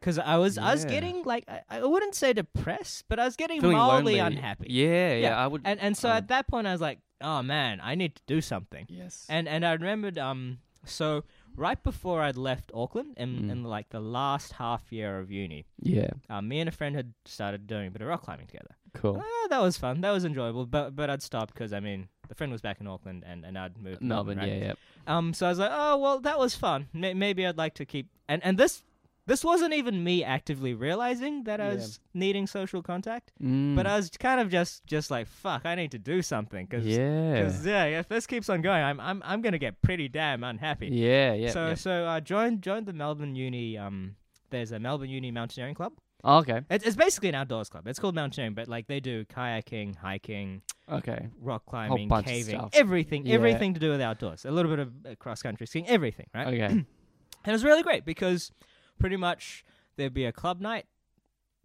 because I was, I was Yeah. getting like, I, I wouldn't say depressed, but I was getting Feeling mildly lonely. unhappy. Yeah, yeah, I would. and and so I at that point, I was like, oh man, I need to do something. yes. And and I remembered um so right before I'd left Auckland in, Mm. in like the last half year of uni, yeah, um, me and a friend had started doing a bit of rock climbing together. cool. Ah, that was fun. That was enjoyable. But but I'd stopped because I mean the friend was back in Auckland and, and I'd moved to Melbourne. right? Yeah, yeah. Um. So I was like, oh well, that was fun. May maybe I'd like to keep. And and this this wasn't even me actively realizing that I Yeah. was needing social contact, Mm. but I was kind of just just like fuck, I need to do something because yeah, because yeah, if this keeps on going, I'm I'm I'm gonna get pretty damn unhappy. yeah, yeah. so yeah. so uh, joined joined the Melbourne Uni. Um, there's a Melbourne Uni mountaineering club. Oh, okay, It's it's basically an outdoors club. It's called mountaineering, but like they do kayaking, hiking, okay. rock climbing, bunch of caving, stuff. everything, Yeah. everything to do with outdoors. A little bit of uh, cross country skiing, everything, right? Okay. And it was really great because pretty much there'd be a club night.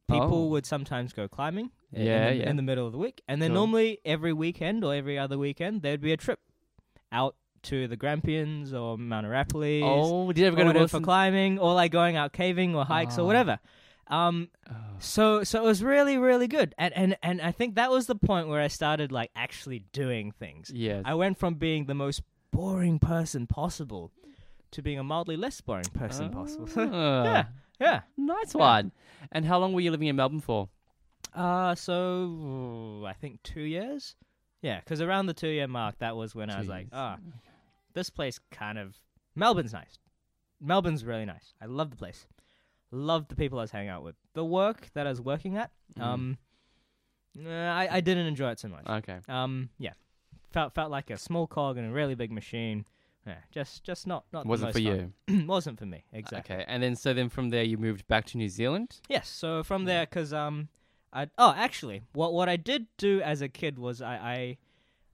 People Oh. would sometimes go climbing i- Yeah, in, the, yeah. in the middle of the week. And then Cool. normally every weekend or every other weekend, there'd be a trip out to the Grampians or Mount Arapiles Oh, did you ever or go to whatever Wilson? for climbing or like going out caving or hikes Ah. or whatever. Um, Oh. so so it was really, really good. And, and, and I think that was the point where I started like actually doing things. Yes. I went from being the most boring person possible to being a mildly less boring person possible. yeah, Ah, yeah. Nice one. And how long were you living in Melbourne for? Uh, so I think two years. Yeah, because around the two year mark, that was when I was like, Jeez. ah, this place kind of Melbourne's nice. Melbourne's really nice. I love the place. Loved the people I was hanging out with. The work that I was working at, Mm. um, uh, I, I didn't enjoy it so much. Okay. Um, yeah, felt felt like a small cog in a really big machine. Yeah, just just not not the Wasn't for most you. fun. wasn't for me exactly. Okay. And then so then from there you moved back to New Zealand. Yes. So from there, because um, I oh actually, what what I did do as a kid was I I,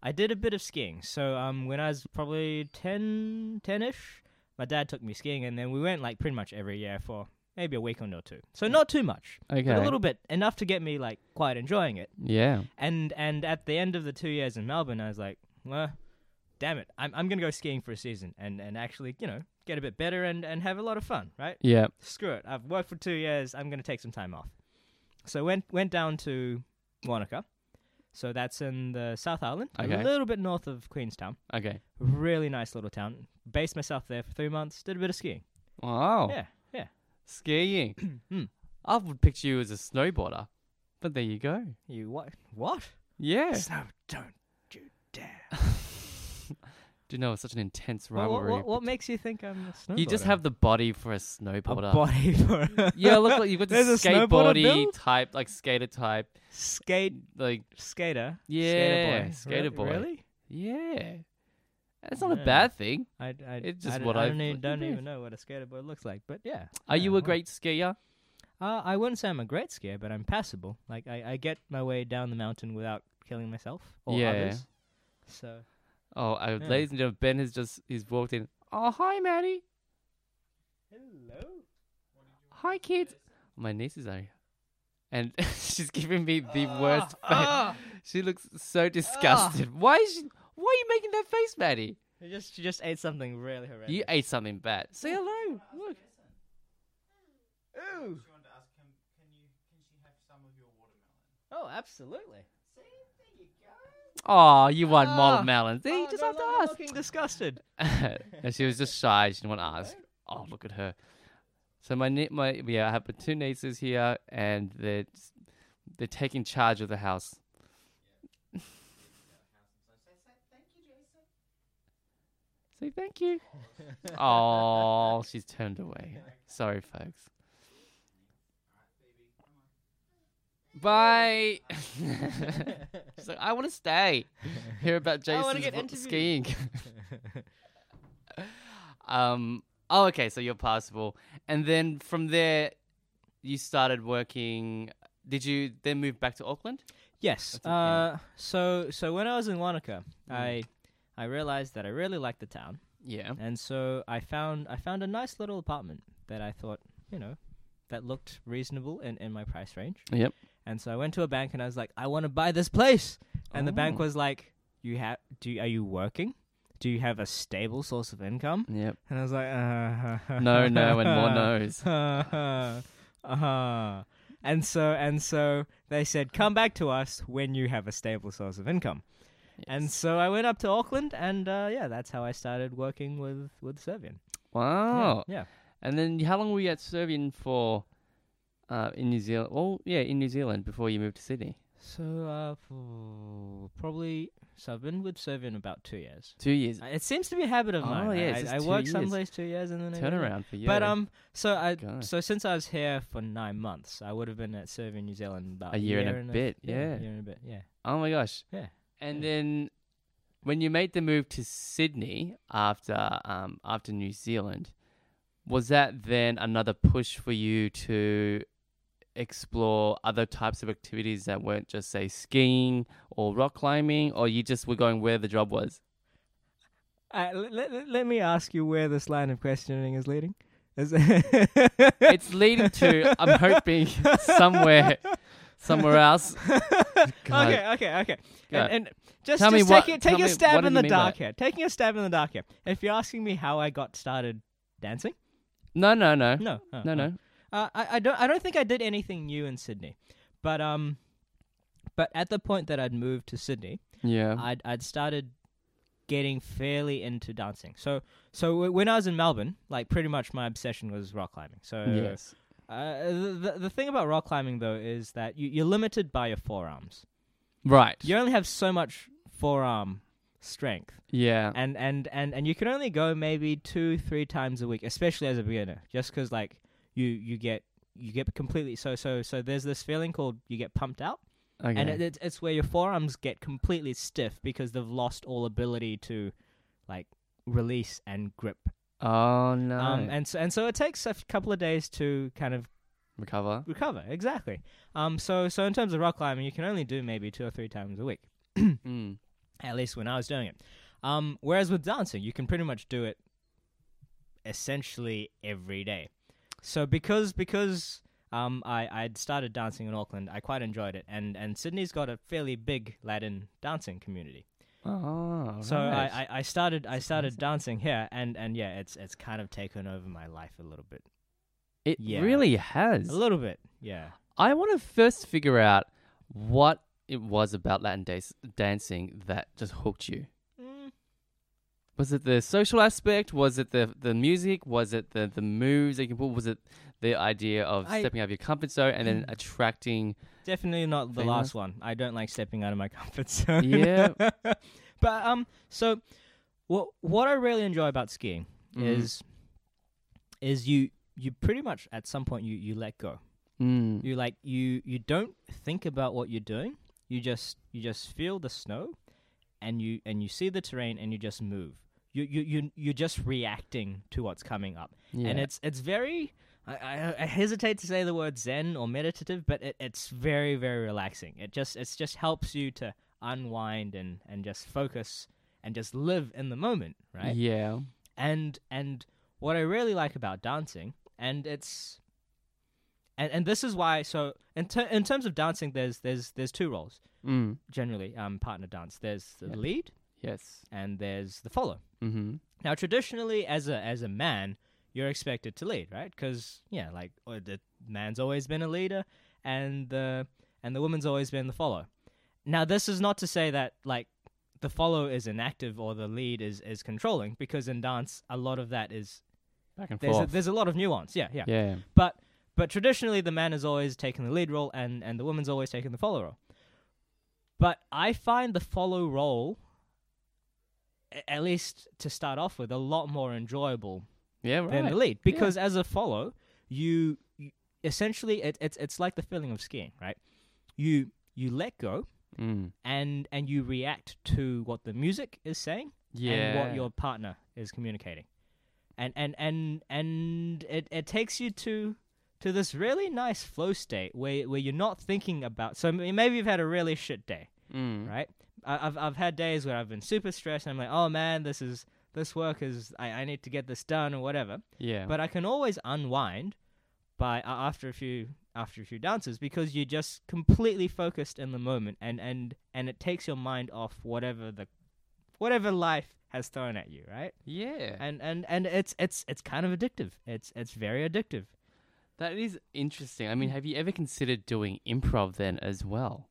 I did a bit of skiing. So um, when I was probably 10, 10-ish, my dad took me skiing, and then we went like pretty much every year for maybe a weekend or two. So not too much, Okay. but a little bit enough to get me like quite enjoying it. Yeah. And and at the end of the two years in Melbourne, I was like, well, damn it, I'm I'm gonna go skiing for a season and and actually you know get a bit better and and have a lot of fun, right? Yeah. screw it. I've worked for two years. I'm going to take some time off. So went went down to Wanaka. So that's in the South Island, Okay. a little bit north of Queenstown. Okay. Really nice little town. Based myself there for three months. Did a bit of skiing. Wow. Yeah, yeah. Skiing. Mm. I would picture you as a snowboarder, but there you go. You what? What? Yeah. Snow? Don't you dare! Do you know it's such an intense What, what, rivalry? what, what makes you think I'm a snowboarder? you just have the body for a a snowboarder. body for a yeah, look like you've got this There's a snowboarder skateboardy build? type, like skater type, skate like skater. Yeah, skater skater boy. boy. Re- Really? yeah. That's not Yeah. a bad thing. I, I, It's I just don't- what I I've don't, looked even, at don't it. even know what a skater boy looks like, but yeah. Are Yeah, you a well. great skier? Uh, I wouldn't say I'm a great skier, but I'm passable. Like I, I get my way down the mountain without killing myself or Yeah. others. So Oh, I, Yeah. ladies and gentlemen, Ben has just he's walked in. Oh, hi, Maddie. hello. Hi, kids. My nieces are here. And she's giving me the worst face. Ah. she looks so disgusted. Why is she, why are you making that face, Maddie? You just you just ate something really horrendous. You ate something bad. Say hello. Look. Ooh. She wanted to ask him, can you, can she have some of your watermelon? Oh, absolutely. Oh, you want Ah. mold melons. See, Oh, you just no, have no, I'm to Looking disgusted. ask. and she was just shy. She didn't want to ask. Oh, look at her. So my nie- my yeah, I have my two nieces here, and they're they're taking charge of the house. Say thank you. Oh, she's turned away. Sorry, folks. Bye. she's like, I want to stay. Hear about I wanna Jason's get wa- interviewed." skiing. um. Oh, okay. So you're passable, and then from there, you started working. Did you then move back to Auckland? yes. That's a- yeah. Uh, so so when I was in Wanaka, Mm. I I realized that I really liked the town. Yeah. And so I found I found a nice little apartment that I thought, you know, that looked reasonable in, in my price range. Yep. And so I went to a bank and I was like, I want to buy this place. And the bank Oh. was like, you have do you, are you working? Do you have a stable source of income? Yep. And I was like, uh, No, no, and more no's. uh, uh. And so and so they said, come back to us when you have a stable source of income. And Yes. so I went up to Auckland, and uh, yeah, that's how I started working with with Servian. wow. Yeah. And then how long were you at Serbian for? Uh, in New Zealand. Well, yeah, in New Zealand before you moved to Sydney. So uh, for probably so I've been with Servian about two years. Two years. Uh, It seems to be a habit of Oh, mine. I- yeah, it's I, just I two work years. someplace two years and then I go back. Turnaround for you. But um, so I God. so since I was here for nine months, I would have been at Servian New Zealand about A year and a bit, yeah. year and a bit. Yeah. Oh my gosh. Yeah. And Yeah. then when you made the move to Sydney after um after New Zealand, was that then another push for you to explore other types of activities that weren't just say skiing or rock climbing or you just were going where the job was? Uh, let, let, let me ask you where this line of questioning is leading. Is It's leading to I'm hoping somewhere somewhere else. God. Okay, okay, okay. Yeah. And, and just, Tell me just what- take, it, take tell a me what stab do in you the mean by dark it? here. Taking a stab in the dark here. If you're asking me how I got started dancing, No, no, no. no, uh, No, uh, no. Uh, I, I don't. I don't think I did anything new in Sydney, but um, but at the point that I'd moved to Sydney, Yeah. I'd I'd started getting fairly into dancing. So so w- when I was in Melbourne, like pretty much my obsession was rock climbing. So Yes. uh, the, the the thing about rock climbing though is that you, you're limited by your forearms. Right. You only have so much forearm strength. Yeah. And and and and you can only go maybe two three times a week, especially as a beginner, just because like you you get you get completely so so so. There's this feeling called you get pumped out, Okay. and it, it's it's where your forearms get completely stiff because they've lost all ability to like release and grip. oh no. Um, and so and so it takes a f- couple of days to kind of Recover. recover. Exactly. Um, so so in terms of rock climbing, you can only do maybe two or three times a week. Mm. at least when I was doing it. Um, whereas with dancing, you can pretty much do it essentially every day. So because because um, I I'd started dancing in Auckland, I quite enjoyed it, and and Sydney's got a fairly big Latin dancing community. Oh. So right. I, I, I started I That's started dancing here, and and yeah, it's it's kind of taken over my life a little bit, it yeah. really has. a little bit, yeah. I want to first figure out what it was about Latin dace- dancing that just hooked you. Mm. Was it the social aspect? Was it the the music? Was it the the moves that you pull? Was it the idea of I- Mm. stepping out of your comfort zone and then attracting? Definitely not the Famous? last one. I don't like stepping out of my comfort zone. Yeah. but um, so what what I really enjoy about skiing Mhm. is is you you pretty much at some point you you let go. Mm. You like you you don't think about what you're doing. You just you just feel the snow, and you and you see the terrain and you just move. You you you you're just reacting to what's coming up Yeah. and it's it's very I, I, I hesitate to say the word zen or meditative, but it, it's very very relaxing. It just it's just helps you to unwind and and just focus and just live in the moment, right? yeah. And and what I really like about dancing, and it's and and this is why. So in ter- in terms of dancing, there's there's there's two roles Mm. generally. Um, partner dance. There's the Yeah. lead Yes. and there's the follow. Mm-hmm. Now, traditionally, as a as a man, you're expected to lead, right? Because yeah, like uh, the man's always been a leader, and the and the woman's always been the follow. Now, this is not to say that like the follow is inactive or the lead is is controlling, because in dance, a lot of that is Back and there's a, forth. there's a lot of nuance. yeah, yeah. but but traditionally, the man has always taken the lead role, and and the woman's always taken the follow role. But I find the follow role, a- at least to start off with, a lot more enjoyable Yeah. Right. than the lead because as a follow, you, you essentially it, it's it's like the feeling of skiing, right? You you let go Mm. and and you react to what the music is saying Yeah. and what your partner is communicating. And and and and it, it takes you to to this really nice flow state where where you're not thinking about. So m- maybe you've had a really shit day, Mm. right? I, I've I've had days where I've been super stressed and I'm like, oh man, this is this work is I, I need to get this done or whatever. Yeah. But I can always unwind by a- after a few after a few dances because you're just completely focused in the moment and and and it takes your mind off whatever the whatever life has thrown at you, right? yeah. And and and it's it's it's kind of addictive. It's it's very addictive. That is interesting. I mean, Hmm. have you ever considered doing improv then as well?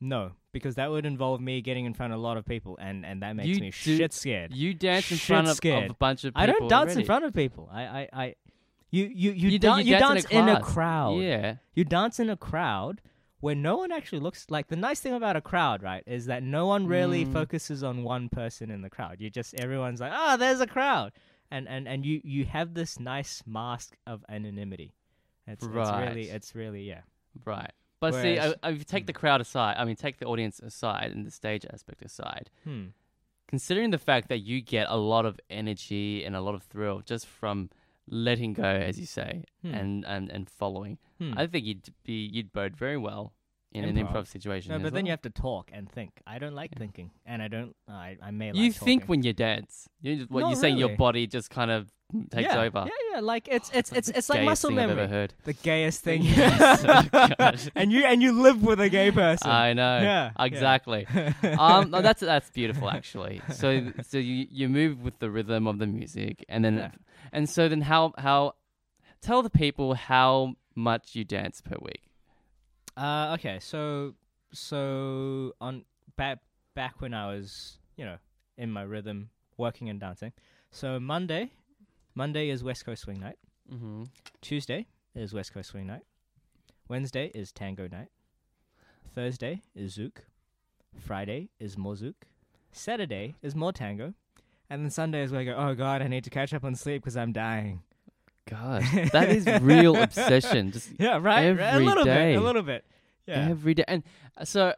No, because that would involve me getting in front of a lot of people and and that makes You me do- shit scared. You dance in Shit front of, of scared. a bunch of people. I don't dance already. in front of people. I I, I you you you, You, dan- dan- you dance, in, a class. crowd. Yeah. You dance in a crowd where no one actually looks like the nice thing about a crowd, right, is that no one really Mm. focuses on one person in the crowd. You just everyone's like, "Ah, there's a crowd." And and and you you have this nice mask of anonymity. It's, Right. it's really it's really yeah. Right. But Whereas- see, I- if you take the crowd aside, I mean, take the audience aside and the stage aspect aside, Hmm. considering the fact that you get a lot of energy and a lot of thrill just from letting go, as you say, Hmm. and, and, and following, Hmm. I think you'd be you'd bode very well in an Improv. improv situation. no, as but then well. you have to talk and think. I don't like thinking, and I don't. I I may. you like think talking. when you dance. You just, what Not you're saying, your really. body just kind of takes yeah, over. Oh, Yeah, yeah. Like it's it's it's That's the it's like gayest muscle thing I've memory. ever heard. The gayest thing. Yes. Oh, gosh. and you and you live with a gay person. I know. Yeah, yeah. Exactly. um, no, that's that's beautiful actually. So so you you move with the rhythm of the music, and then Yeah. and so then how how tell the people how much you dance per week. Uh, okay, so so on back back when I was you know in my rhythm, working and dancing. So Monday, Monday is West Coast Swing Night. Mm-hmm. Tuesday is West Coast Swing Night. Wednesday is Tango Night. Thursday is Zouk. Friday is Mozook. Saturday is more tango, and then Sunday is where I go, oh god, I need to catch up on sleep because I'm dying. God, that is real obsession. Just Yeah, right. right, a Every little day. bit, a little bit. Yeah. every day. And uh, so,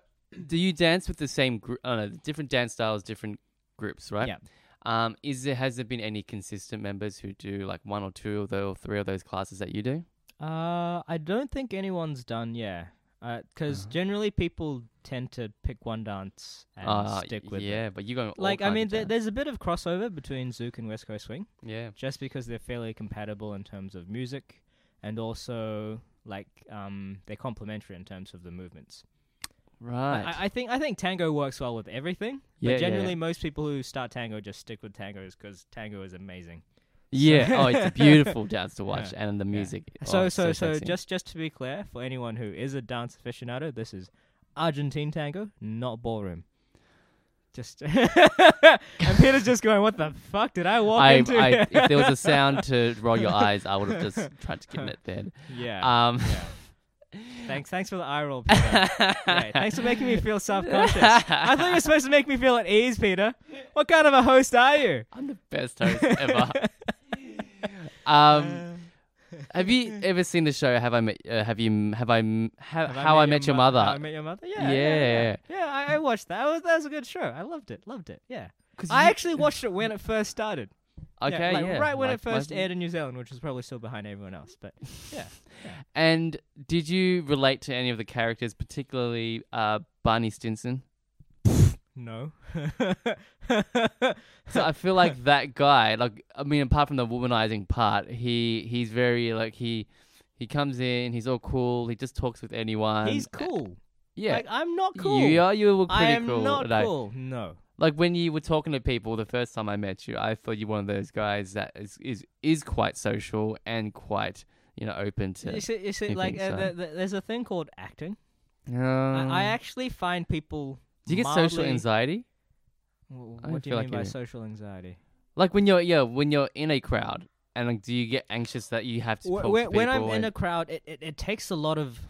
do you dance with the same group? Oh, no, different dance styles, different groups, right? Yeah. Um, is there has there been any consistent members who do like one or two of those, or three of those classes that you do? Uh, I don't think anyone's done. Yeah, because generally people tend to pick one dance and Uh, stick with it. yeah, but you're going all Like, I kinds mean, of th- dance. there's a bit of crossover between Zouk and West Coast Swing, yeah, just because they're fairly compatible in terms of music, and also like um, they're complementary in terms of the movements. I- right. I, I think I think tango works well with everything. Yeah, yeah, but yeah. generally, most people who start tango just stick with tangos because tango is amazing. yeah, oh, it's a beautiful dance to watch, and the yeah. music. So oh, so so, sexy. just just to be clear, for anyone who is a dance aficionado, this is Argentine tango, not ballroom. Just and Peter's just going, "What the fuck did I walk I, into?" I, if there was a sound to roll your eyes, I would have just tried to give it then. yeah, Um, yeah. Thanks, thanks for the eye roll, Peter. yeah, thanks for making me feel self-conscious. I thought you were supposed to make me feel at ease, Peter. What kind of a host are you? I'm the best host ever. um, Uh, have you ever seen the show? Have I met? Uh, have you? Have I? m- How, Have Uh, how I Your met your Mo- How I mother? met your mother. Yeah, Yeah. yeah, yeah. Yeah, I, I watched that. That was, that was a good show. I loved it. Loved it. Yeah. 'Cause I you- actually watched it when it first started. Yeah, okay, like, yeah, right when like it first my- aired in New Zealand, which was probably still behind everyone else. But yeah, And did you relate to any of the characters, particularly uh, Barney Stinson? no. So I feel like that guy, like I mean, apart from the womanizing part, he he's very like he he comes in, he's all cool, he just talks with anyone. He's cool. Um, Yeah, Like I'm not cool. you are. You were pretty I am cool. not and I- cool. No. like when you were talking to people the first time I met you, I thought you were one of those guys that is is is quite social and quite you know open to. You see, you see You like think uh, so? th- th- there's a thing called acting. Um, I-, I actually find people. do you get social mildly- anxiety? W- I What do you feel like mean you by do. social anxiety? Like when you're yeah when you're in a crowd and like do you get anxious that you have to talk Wh- to when, when I'm people in and- a crowd, it, it, it takes a lot of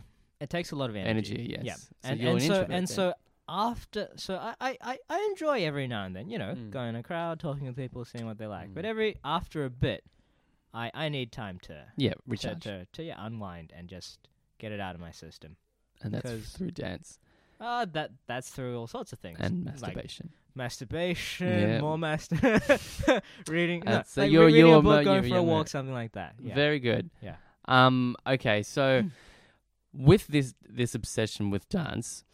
it takes a lot of energy. Energy, yes. Yeah. So and you're and so an introvert and then. so after so I, I, I- I enjoy every now and then, you know, Mm. going in a crowd, talking to people, seeing what they like. But Mm. every after a bit, I, I need time to yeah to, recharge to, to yeah, unwind and just get it out of my system. and that's 'cause- through dance Uh, that that's through all sorts of things. and like masturbation. masturbation, Yeah. more mastur reading, no, That's- so like you're- re- reading you're a book, mo- going for you're- a you're mo- walk, something like that. Yeah. Very good. Yeah. Hmm. Um. Okay. So, with this this obsession with dance,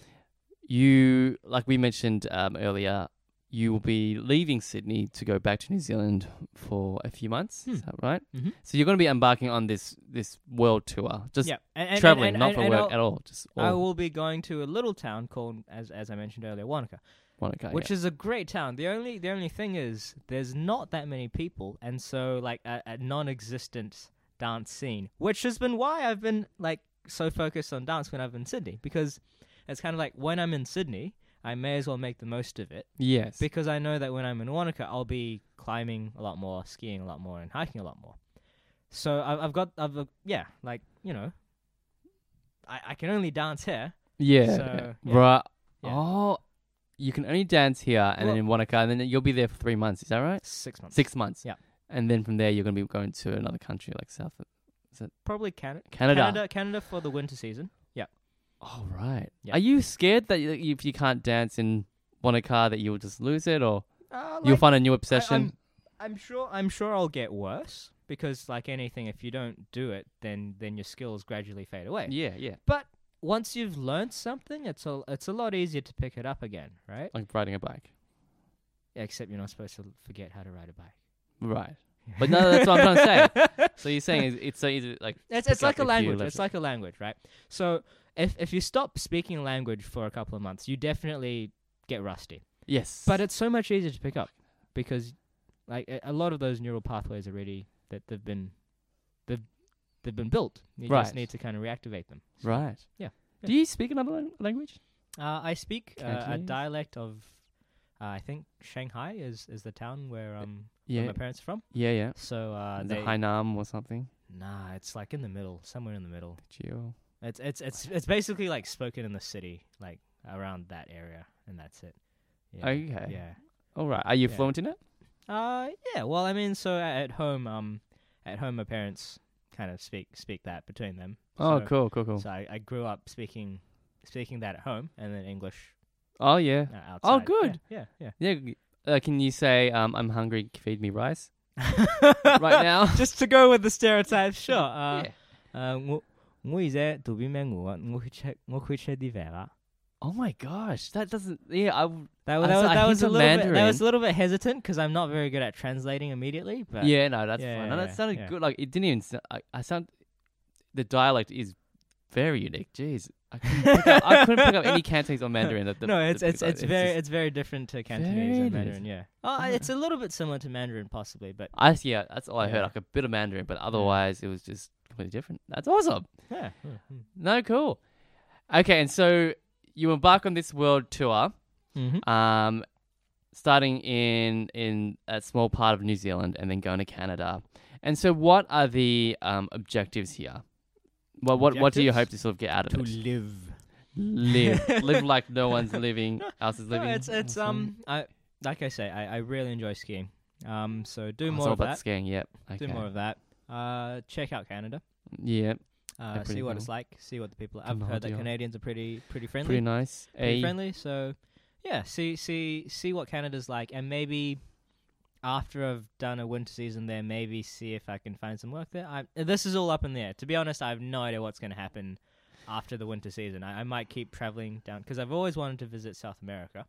you like we mentioned um, earlier, you will be leaving Sydney to go back to New Zealand for a few months. Is Hmm. that right? Mhm. So you're going to be embarking on this this world tour, just yeah. And- and- and- traveling, and- not and- for and work I'll- at all. Just all I will be going to a little town called, as as I mentioned earlier, Wanaka, want to go. which is a great town. The only the only thing is there's not that many people, and so like a, a non-existent dance scene, which has been why I've been like so focused on dance when I've been in Sydney, because it's kind of like when I'm in Sydney, I may as well make the most of it, yes. because I know that when I'm in Wanaka, I'll be climbing a lot more, skiing a lot more, and hiking a lot more. So I've, I've got I've uh, yeah, like you know. I, I can only dance here, yeah. so, yeah. Right. Yeah. Oh, you can only dance here and then in Wanaka, and then you'll be there for three months. Is that right? Six months. Six months. Yeah. And then from there, you're going to be going to another country like South Probably Canada. Canada. Canada. Canada for the winter season. Oh, right. Yeah. Are you scared that you- if you can't dance in Wanaka that you'll just lose it or Uh, you'll find a new obsession? I'm sure. I'm sure I'll get worse because, like anything, if you don't do it, then then your skills gradually fade away. yeah, yeah. But once you've learned something, it's a it's a lot easier to pick it up again, right? Like riding a bike. Except you're not supposed to forget how to ride a bike. Right. But no, that's what I'm trying to say. So you're saying it's- it's so easy, like It's, pick it's like up a if you language. let It's it. like a language, right? So if if you stop speaking a language for a couple of months, you definitely get rusty. yes, But it's so much easier to pick up because, like, a- a lot of those neural pathways already that they've been, they've, they've been built. You Right. just need to kind of reactivate them. So, right. Yeah, yeah. Do you speak another lan- language? Uh, I speak uh, a Cantonese? dialect of, uh, I think Shanghai is is the town where um where Yeah, my parents are from. yeah, yeah. So uh, the they Hainam or something. nah, it's like in the middle, somewhere in the middle. Geo. It's it's it's it's basically like spoken in the city, like around that area, and that's it. Yeah. Okay. Yeah. All right. Are you Yeah. fluent in it? Uh, yeah. Well, I mean, so a- at home, um, at home, my parents kind of speak speak that between them. Oh, so, cool, cool, cool. So I, I grew up speaking speaking that at home, and then English oh, yeah. uh, outside. Oh, good. Yeah, yeah. Yeah. g- Uh, can you say, um, I'm hungry, c- feed me rice? yeah. Right now? just to go with the stereotype, sure. Uh, yeah. uh, 我-我现在肚皮蛮饿，我会吃-我会吃点饭啊。 Oh, my gosh. That doesn't. Yeah. I, w- That, wa- I that, was, s- I that hint was a of little bit. That was Mandarin. a little bit hesitant because I'm not very good at translating immediately. But yeah, no, that's yeah, fine. yeah, No, yeah, that sounded yeah. good. Like, it didn't even. s I I I sound. The dialect is very unique. Jeez. I couldn't pick up, I couldn't pick up any Cantonese or Mandarin. That the, no, the it's it's people- it's very just- it's very different to Cantonese Very and Mandarin. different. Yeah, oh, Yeah. it's a little bit similar to Mandarin possibly, but I yeah, that's all I Yeah. heard. Like a bit of Mandarin, but otherwise it was just completely different. That's awesome. yeah, mm, mm. No, cool. Okay, and so you embark on this world tour, Mm-hmm. um, starting in in a small part of New Zealand, and then going to Canada. And so, what are the um, objectives here? What what what do you hope Objectives? to sort of get out of it? live. live, live like no one's living, else is No, living. it's it's Awesome. um, I like I say, I, I really enjoy skiing. Um, so do Oh, it's more all of about that. skiing. Yep. Okay. Do more of that. Uh, check out Canada. Yep. Uh, see pretty what cool. it's like. See what the people. Are. I've Come on, heard that dear. Canadians are pretty pretty friendly. Pretty nice. pretty Eh? friendly. So yeah, see see see what Canada's like, and maybe after I've done a winter season there, maybe see if I can find some work there. I, this is all up in the air. To be honest, I have no idea what's going to happen after the winter season. I, I might keep traveling down because I've always wanted to visit South America.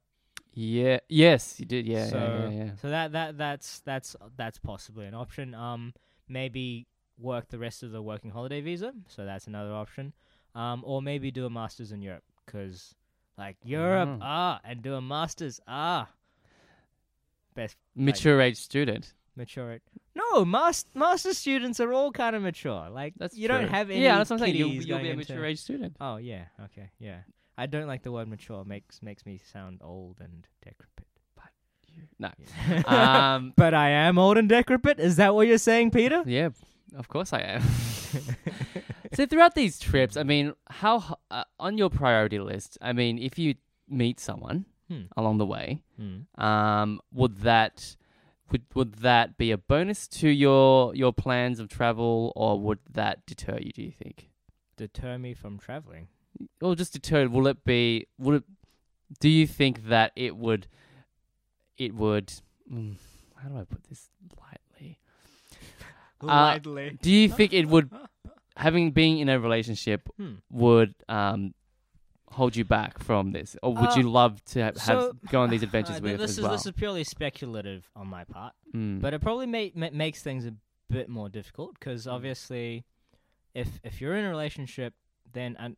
Yeah. Yes, you did. Yeah. yeah, So- yeah, yeah. So that that that's that's that's possibly an option. Um, maybe work the rest of the working holiday visa. So that's another option. Um, or maybe do a masters in Europe because, like Europe, Mm. ah, and do a masters, ah. Best Mature age student. mature it. No, mas- master students are all kind of mature. Like That's you true. don't have any. Yeah, that's what I'm saying. You'll, kiddies you'll be going a into- mature age student. Oh yeah, okay, yeah. I don't like the word mature. makes makes me sound old and decrepit. No. Yeah. Um. But I am old and decrepit. Is that what you're saying, Peter? yeah. Of course I am. so throughout these trips, I mean, how h- uh, on your priority list? I mean, if you meet someone Hmm. along the way, Mm. um, would that would would that be a bonus to your your plans of travel, or would that deter you? Do you think? Deter me from traveling. or just deterred, will it be? Will it? Do you think that it would? It would. Mm, how do I put this lightly? Uh, Lightly. Do you think it would? Having been in a relationship Hmm. would um hold you back from this, or would Uh, you love to have, so- have go on these adventures Uh, with this as is well? this is purely speculative on my part, Mm. but it probably ma- ma- makes things a bit more difficult Hmm. because obviously, if if you're in a relationship, then un-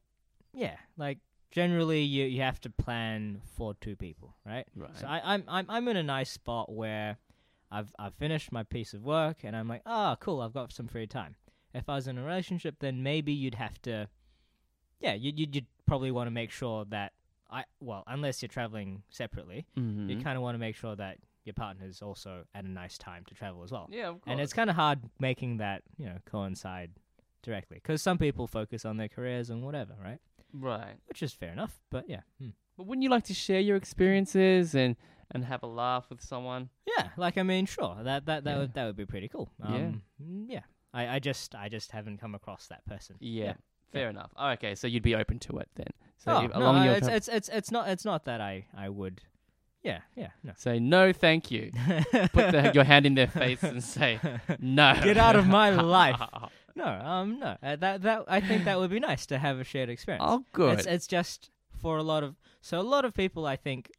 yeah, like generally you you have to plan for two people, right? right. So I, I'm I'm I'm in a nice spot where I've I've finished my piece of work and I'm like, ah, cool, I've got some free time. If I was in a relationship, then maybe you'd have to, yeah, you you'd, you'd probably want to make sure that I well, unless you're traveling separately, Mhm. you kind of want to make sure that your partner's also at a nice time to travel as well. yeah, of course. And it's kind of hard making that you know coincide directly because some people focus on their careers and whatever, right? right. Which is fair enough, but yeah. Hmm. But wouldn't you like to share your experiences and and have a laugh with someone? Yeah, like I mean, sure, that that that Yeah. would that would be pretty cool. Yeah. Um, mm, yeah. I, I just I just haven't come across that person. Yeah. Yeah. Fair enough. Oh, okay, so you'd be open to it then. So oh, if- no, along I- your it's, tra- it's it's it's not it's not that I I would. Yeah, yeah, no. Say no, thank you. Put the, your hand in their face and say no. Get out of my life. No, um, no. Uh, that that I think that would be nice to have a shared experience. oh, good. It's it's just for a lot of so a lot of people I think,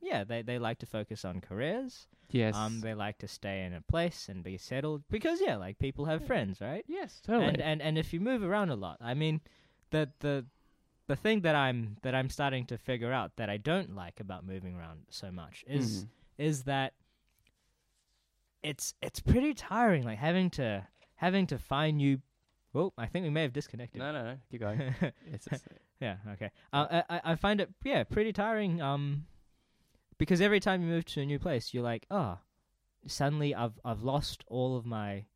yeah, they they like to focus on careers. yes. Um, they like to stay in a place and be settled because yeah, like people have friends, right? yes, totally. and, and and if you move around a lot, I mean, the the the thing that I'm that I'm starting to figure out that I don't like about moving around so much is Mhm. is that it's it's pretty tiring, like having to having to find new. Oh, I think we may have disconnected. no, no, no. Keep going. It's just- yeah. Okay. Uh, I I- I find it yeah pretty tiring. Um, because every time you move to a new place, you're like, ah, suddenly I've I've lost all of my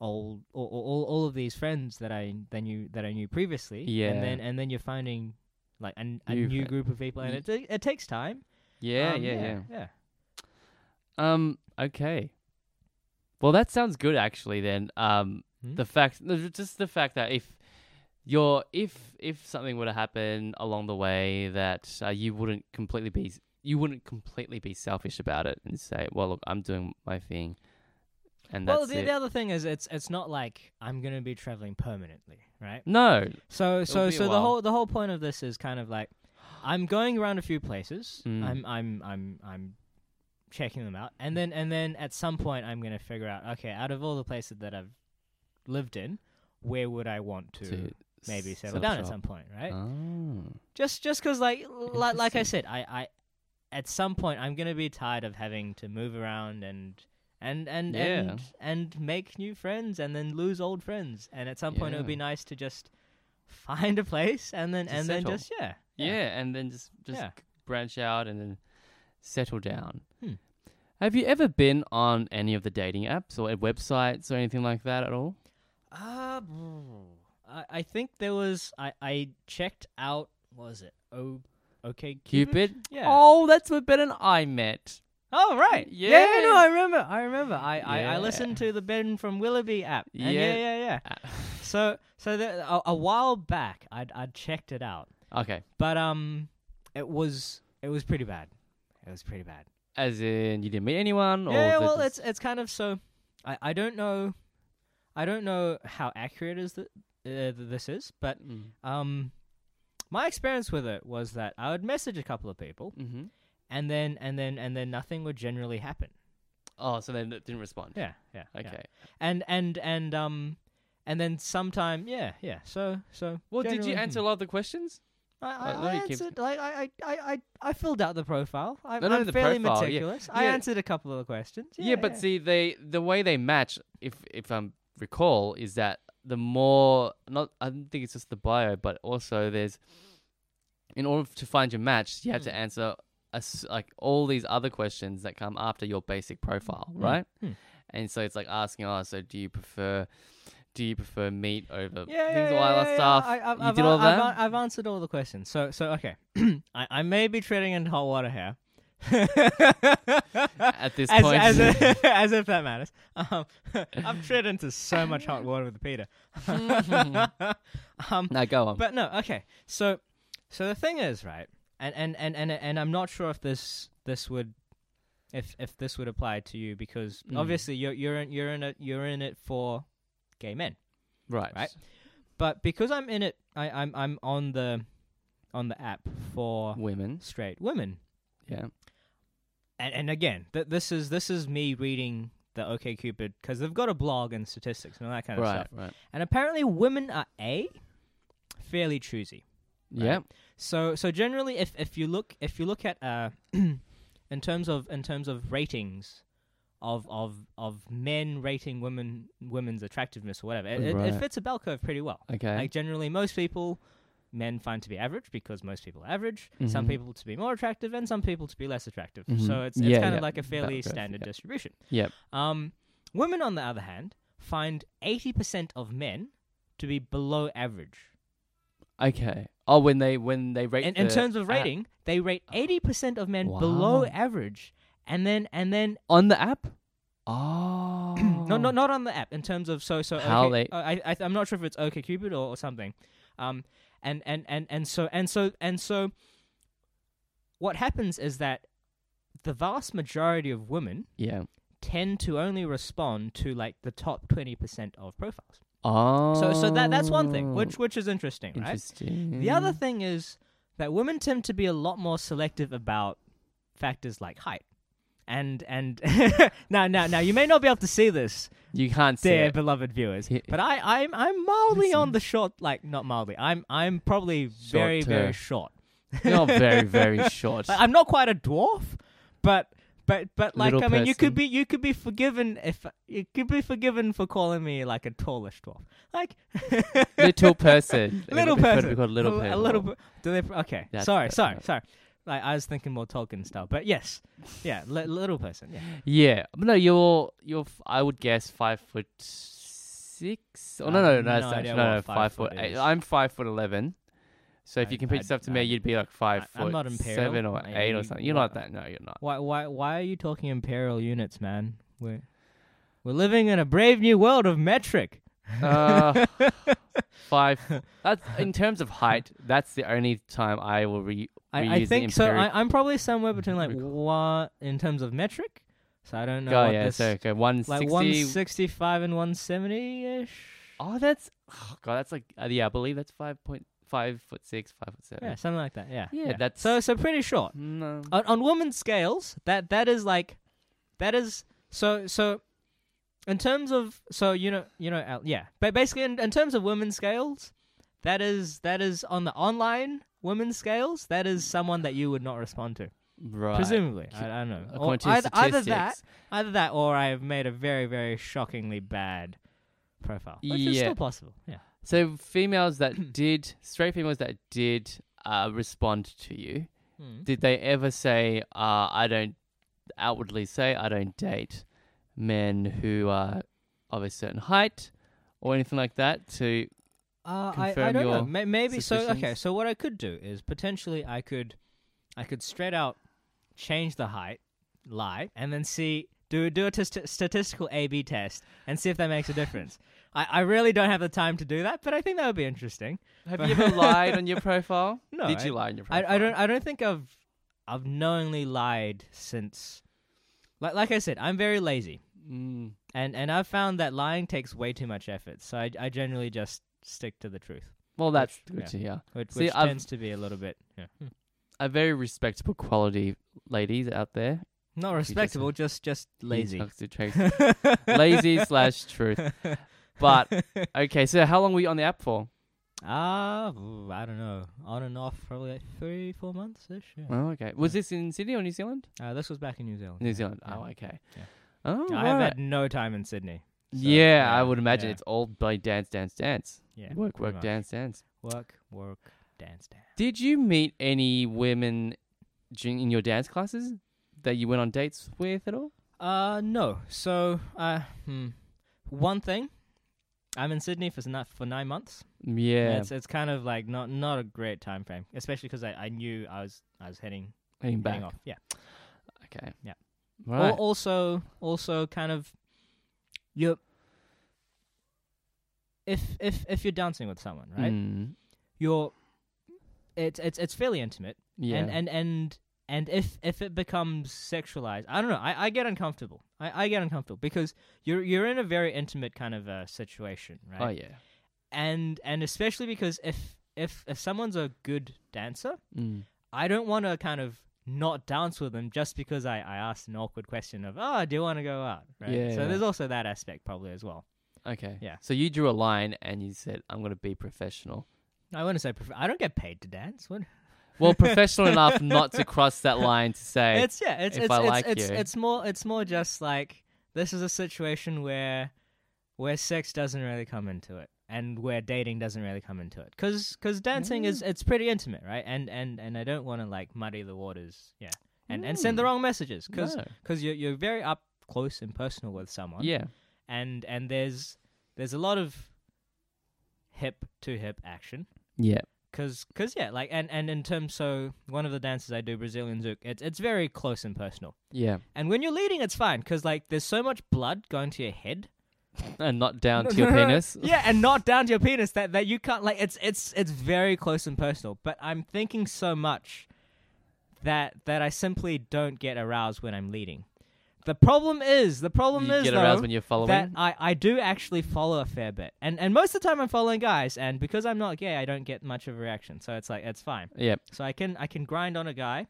old all all, all of these friends that I then knew that I knew previously. Yeah. And then and then you're finding like an, a New new fri- group of people, and Ye- it ta- it takes time. Yeah, Um, yeah, yeah, yeah, yeah. Um, okay. Well, that sounds good actually. Then, um, Hmm? the fact, the- just the fact that if your if if something were to happen along the way that uh, you wouldn't completely be you wouldn't completely be selfish about it and say, well, look, I'm doing my thing, and that's Well, the, it. the other thing is, it's it's not like I'm gonna be traveling permanently, right? no, So so be a so the while. whole the whole point of this is kind of like I'm going around a few places. Mm. I'm I'm I'm I'm checking them out, and then and then at some point I'm gonna figure out okay, out of all the places that I've lived in, where would I want to, to maybe s- settle down at self-shop. some point, right? Oh. Just just because like like like I Interesting. said, I I at some point I'm gonna be tired of having to move around and. And and, Yeah. and and make new friends and then lose old friends. And at some point it would be Yeah. nice to just find a place and then To and settle. then just yeah. Yeah. and then just just Yeah. c- branch out and then settle down. Hmm. Have you ever been on any of the dating apps or websites or anything like that at all? Uh, brr. I, I think there was I, I checked out what was it? Oh okay Cupid? Yeah. Oh, that's where Ben and I met. Oh right. Yeah, no, Yeah. I remember. I remember. I, I, Yeah. I listened to the Ben from Willoughby app. and Yeah. yeah, yeah, yeah. Ah, So so there, a, a while back I'd I'd checked it out. okay, But um it was it was pretty bad. It was pretty bad. as in you didn't meet anyone? Or Yeah, the- well, just- it's it's kind of so. I, I don't know, I don't know how accurate is that uh, th- this is, but Mm. um, my experience with it was that I would message a couple of people, Mhm. and then and then and then nothing would generally happen. Oh, so they didn't respond. Yeah, yeah, yeah. Okay. And and and um, and then sometime, yeah, yeah. So so. Well, did you generally, answer a hmm. lot of the questions? I, Uh, I, I no, you keep- answered like I I, I, I I filled out the profile. I, No, no, I'm the fairly profile, yeah. meticulous. I Yeah. answered a couple of the questions. Yeah, but yeah. see, they the way they match, if if I am recall, is that the more not I don't think it's just the bio, but also there's in order to find your match, you have to Hmm. answer a s like all these other questions that come after your basic profile, right? Hmm. And so it's like asking, oh, so do you prefer do you prefer meat over yeah, yeah, things, yeah, all that yeah, yeah. stuff? I, I've, you I've, did all I've, that. I've, I've answered all the questions. So, so okay, I, I may be treading in hot water here. At this as, point, as, if- as if that matters. Um, I've tread into so much hot water with Peter. um, no, go on. but no, okay. So, so the thing is, right, and and and and, and I'm not sure if this this would. If, if this would apply to you, because Mm. obviously you're you're in, you're in it you're in it for gay men, right, right. but because I'm in it, I, I'm I'm on the on the app for women, straight women, yeah, and and again, th- this is this is me reading the OK Cupid because they've got a blog and statistics and all that kind of right, stuff, right, and apparently women are a fairly choosy. yeah, So so generally, if if you look if you look at uh in terms of in terms of ratings. Of, of of men rating women women's attractiveness or whatever it, it, Right. it fits a bell curve pretty well okay, like generally, most people, men find to be average because most people are average. Some Mhm. people to be more attractive, and some people to be less attractive. Mhm. So it's it's Yeah, kind yeah. of like a fairly That- that's- standard yeah. distribution. Yep. Um, women, on the other hand, find eighty percent of men to be below average. Okay. Oh, when they when they rate In, in the terms of app- Oh. rating, they rate eighty percent of men below Wow. average, and then and then on the app. Oh, No, no, not on the app. In terms of so so. How okay, they- uh, I, I I'm not sure if it's OkCupid or, or something. Um, and and and and so and so and so. What happens is that the vast majority of women Yeah. tend to only respond to like the top twenty percent of profiles. Oh, So so that that's one thing, which which is interesting, right? interesting. The other thing is that women tend to be a lot more selective about factors like height. And and now now now you may not be able to see this you can't see dear it. beloved viewers. He- But I, I'm I'm mildly on the short, like not mildly. I'm I'm probably very very Shorter. short. You're very very short. I- I'm not quite a dwarf, but but but like Little I mean, you person. could be you could be forgiven if you could be forgiven for calling me like a tallish dwarf, like little person. little It'll be person, called little a, person. a little. per- Do they? Okay, That's sorry, better. sorry, sorry. Like I was thinking more Tolkien style, but yes, yeah, li- little person. Yeah. Yeah. But no, you're you're. f- I would guess five foot six. Oh no I no have no no that's idea no, no what five five foot foot eight. is. I'm five foot eleven. So if I- you compare I'd- yourself to me, I'd- you'd be like five I- I'm foot not imperial. seven or I- eight or you- something. You're what- not that. No, you're not. Why why why are you talking imperial units, man? We're we're living in a brave new world of metric. Uh, five. That's in terms of height. That's the only time I will re. We I, I use the think so. I, empiric- I'm probably somewhere between like empirical. one in terms of metric. So I don't know. go what Oh, yeah. this, So okay, one like sixty. 165 and 170 ish. oh, that's oh God. That's like uh, yeah. I believe that's five point five foot six, five foot seven. Yeah, something like that. Yeah. Uh, Yeah, that's- so so pretty short. No. On, on women's scales, that that is like, that is so so. In terms of so you know you know Al- yeah, but basically in, in terms of women's scales, that is that is on the online women's scales. That is someone that you would not respond to, right. presumably. I, I don't know. Or According to either, either that statistics. Either that, or I have made a very, very shockingly bad profile, which is Yeah. still possible. Yeah. So females that did straight females that did uh, respond to you, Hmm. did they ever say, uh, "I don't outwardly say I don't date men who are of a certain height" or anything like that? To Uh, I, I Confirm don't know. your May- maybe so. Okay, suspicions. so what I could do is potentially I could, I could straight out change the height, lie, and then see do do a t- st- statistical A/B test and see if that makes a difference. I, I really don't have the time to do that, but I think that would be interesting. have you ever lied on your profile? No, Did I- you lie on your profile? I, I don't I don't think I've I've knowingly lied since. Like like I said, I'm very lazy. Mm. And and I've found that lying takes way too much effort, so I, I generally just stick to the truth, Well, that's Which- good yeah. to hear. which, See, which I've- tends to be a little bit yeah. A very respectable quality ladies out there. not respectable, just just lazy. Talks to Tracy. lazy slash truth. But okay, so how long were you on the app for? Ah, ooh, I don't know, on and off, probably like three four months ish. Yeah. Oh, okay. Was this in Sydney or New Zealand? Uh, this was back in New Zealand. New Zealand. Yeah. Oh, okay. Yeah. Oh, I have right. had no time in Sydney. so, yeah, I would imagine yeah, it's all by dance, dance, dance. yeah, work, pretty work, much. dance, dance. work, work, dance, dance. Did you meet any women during in your dance classes that you went on dates with at all? Uh, no. So, uh, hmm. one thing, I'm in Sydney for not for nine months. Yeah, It's it's kind of like not not a great time frame, especially because I, I knew I was I was heading heading heading back. off. Yeah. Okay. Yeah. Al- Right. also also kind of you if if if you're dancing with someone, right? Mm. You're it's it's it's fairly intimate. Yeah. And and and and if if it becomes sexualized, I don't know. I, I get uncomfortable. I, I get uncomfortable because you're you're in a very intimate kind of a situation, right? oh yeah. and and especially because if if if someone's a good dancer, Mm. I don't want to kind of not dance with them just because I I asked an awkward question of oh do you want to go out right Yeah, so yeah. there's also that aspect probably as well Okay. Yeah. So you drew a line and you said, "I'm gonna be professional." I want to say prof- I don't get paid to dance what Well, professional enough not to cross that line to say, it's yeah it's if it's I it's, like it's, you. it's more it's more just like this is a situation where where sex doesn't really come into it and where dating doesn't really come into it cuz cuz dancing Mm. is it's pretty intimate right and and and I don't want to like muddy the waters yeah and and send the Mm. wrong messages cuz No. cuz you're you're very up close and personal with someone "Yeah, and and there's there's a lot of hip to hip action yeah, Cause, cause, yeah, like, and and in terms, so one of the dances I do, Brazilian zouk, it's it's very close and personal. yeah," And when you're leading, it's fine, cause like there's so much blood going to your head. and not down No, to no, your no, no. penis. Yeah, and not down to your penis that that you can't like. It's it's it's very close and personal. But I'm thinking so much that that I simply don't get aroused when I'm leading. The problem is, the problem You is get though, aroused when you're following. that I, I do actually follow a fair bit. And and most of the time I'm following guys and because I'm not gay I don't get much of a reaction. So it's like it's fine. Yep. So I can I can grind on a guy.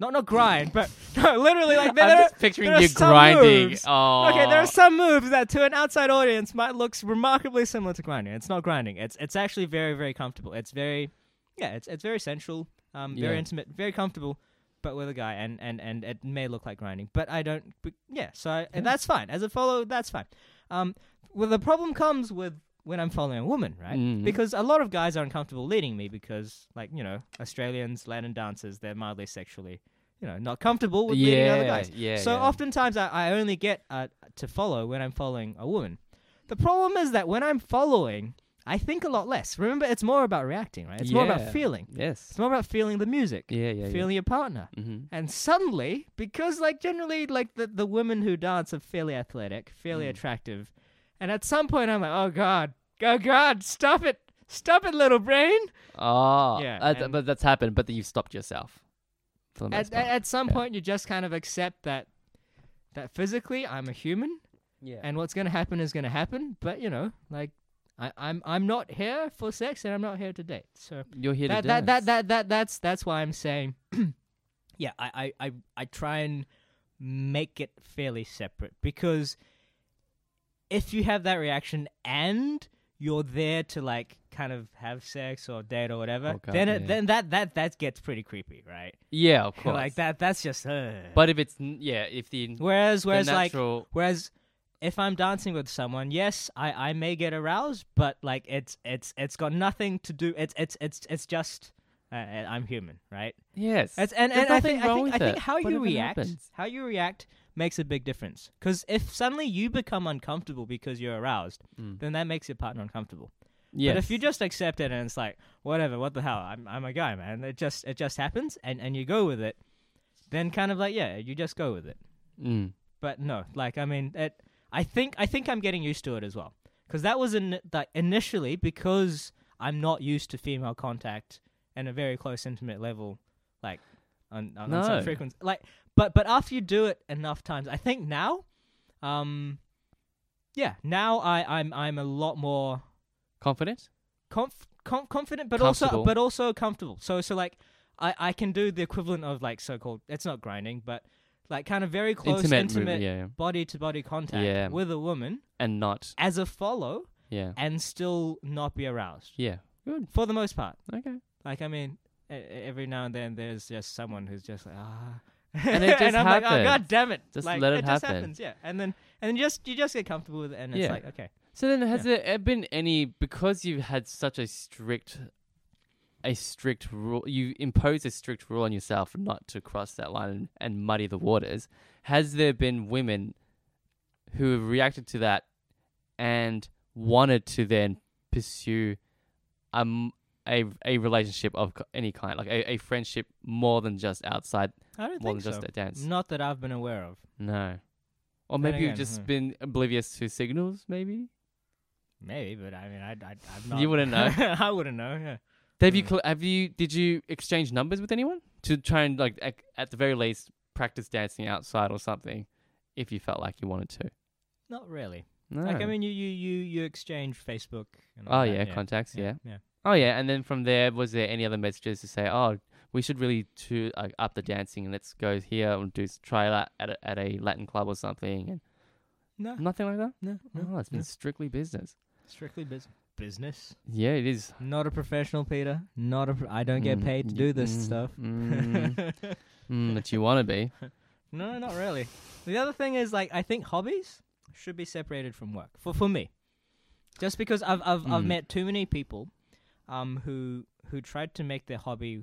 Not not grind, but no, literally like there I'm are- just picturing there are you some grinding. moves- Oh. Okay, there are some moves that to an outside audience might look remarkably similar to grinding. It's not grinding. It's it's actually very very comfortable. It's very yeah, it's it's very sensual, um very Yeah. intimate, very comfortable. But with a guy, and, and, and it may look like grinding, but I don't. But yeah, so I, and that's fine. As a follow, that's fine. Um, well, the problem comes with when I'm following a woman, right? Mhm. Because a lot of guys are uncomfortable leading me because, like, you know, Australians, Latin dancers, they're mildly sexually, you know, not comfortable with leading other guys. Yeah. so yeah. oftentimes I, I only get uh, to follow when I'm following a woman. The problem is that when I'm following, I think a lot less. Remember, it's more about reacting, right? It's more Yeah. about feeling. Yes. It's more about feeling the music, Yeah, yeah, yeah. feeling your partner. Mm-hmm. And suddenly, because like generally, like the, the women who dance are fairly athletic, Mm. fairly attractive, and at some point I'm like, oh god, oh god, stop it, stop it, little brain. Oh, Yeah, yeah. Uh, th- and- but that's happened. But you've stopped yourself. For the most At, part. at, at some Yeah. point, you just kind of accept that that physically I'm a human, yeah. and what's gonna happen is gonna happen. But you know, like I, I'm I'm not here for sex, and I'm not here to date. So You're here that to that, that dance. that that that's that's why I'm saying, yeah, I, I I I try and make it fairly separate because if you have that reaction and you're there to like kind of have sex or date or whatever, Oh, God, then it, yeah. then that that that gets pretty creepy, right? Yeah, of course. Like that that's just uh. But if it's n- yeah, if the whereas whereas like natural- whereas if I'm dancing with someone, yes, I, I may get aroused, but like it's it's it's got nothing to do. It's it's it's it's just uh, I'm human, right? yes, It's, and There's and I nothing think, I wrong think, with I think it, how but you if it react, happens- how you react makes a big difference. Because if suddenly you become uncomfortable because you're aroused, then that makes your partner uncomfortable. Mm. yes. But if you just accept it and it's like whatever, what the hell, I'm I'm a guy, man. It just it just happens, and and you go with it. Then kind of like yeah, you just go with it mm. but no like i mean it i think i think i'm getting used to it as well because that was in that initially because i'm not used to female contact and a very close intimate level like on, on, on some No. frequency like but but after you do it enough times i think now um yeah now i i'm i'm a lot more confident, conf- com- confident, but also Comfortable. but also comfortable. So so like I I can do the equivalent of like so called it's not grinding, but like kind of very close Intimate movement, intimate yeah, yeah. body to body contact Yeah. with a woman and not as a follow yeah, and still not be aroused yeah, good, for the most part. okay. Like I mean, e- e- every now and then there's just someone who's just like ah. And it just I'm like, oh happens. god damn it! Just Like, let it just happen. happens, yeah. And then and then just you just get comfortable with it, and it's Yeah. like okay, So then, has there e-, been any because you've had such a strict, a strict rule? You impose a strict rule on yourself not to cross that line and, and muddy the waters. Has there been women who have reacted to that and wanted to then pursue um a a relationship of co- any kind, like a, a friendship more than just outside, I don't more think than so. just a dance? Not that I've been aware of. No. Or Then maybe you've again, just hmm. been oblivious to signals, maybe? Maybe, but I mean, I, I, I'm not. You wouldn't know. I wouldn't know. Yeah. Have you Mm. cl- have you did you exchange numbers with anyone to try and like ac- at the very least practice dancing outside or something if you felt like you wanted to? Not really. No. Like, I mean, you, you, you, you exchange Facebook. And all oh that, yeah, contacts, yeah. Mm. yeah. Oh yeah, and then from there was there any other messages to say, "Oh, we should really to uh, up the dancing and let's go here and do s- try that at a, at a Latin club or something." And No, nothing like that? no, Ah. no. No, it's been no. strictly business. strictly bus- business. Yeah, it is. Not a professional, Peter. Not a. Pro- I don't get Mm, paid to y- do this mm, stuff. mm, mm, that you want to be. no, not really. The other thing is, like, I think hobbies should be separated from work for for me, just because I've I've, I've Mm. met too many people, um, who who tried to make their hobby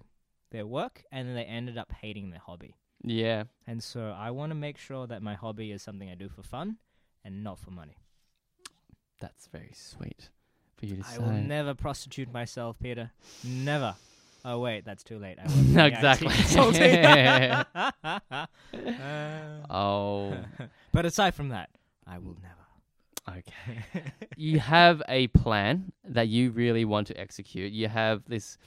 their work, and then they ended up hating their hobby. Yeah. And so I want to make sure that my hobby is something I do for fun and not for money. That's very sweet for you to say. I will never prostitute myself, Peter. Never. Oh wait, that's too late. I work No, in the IT exactly. Uh, consulting. Uh, oh, but aside from that, I will never. okay. You have a plan that you really want to execute. You have this,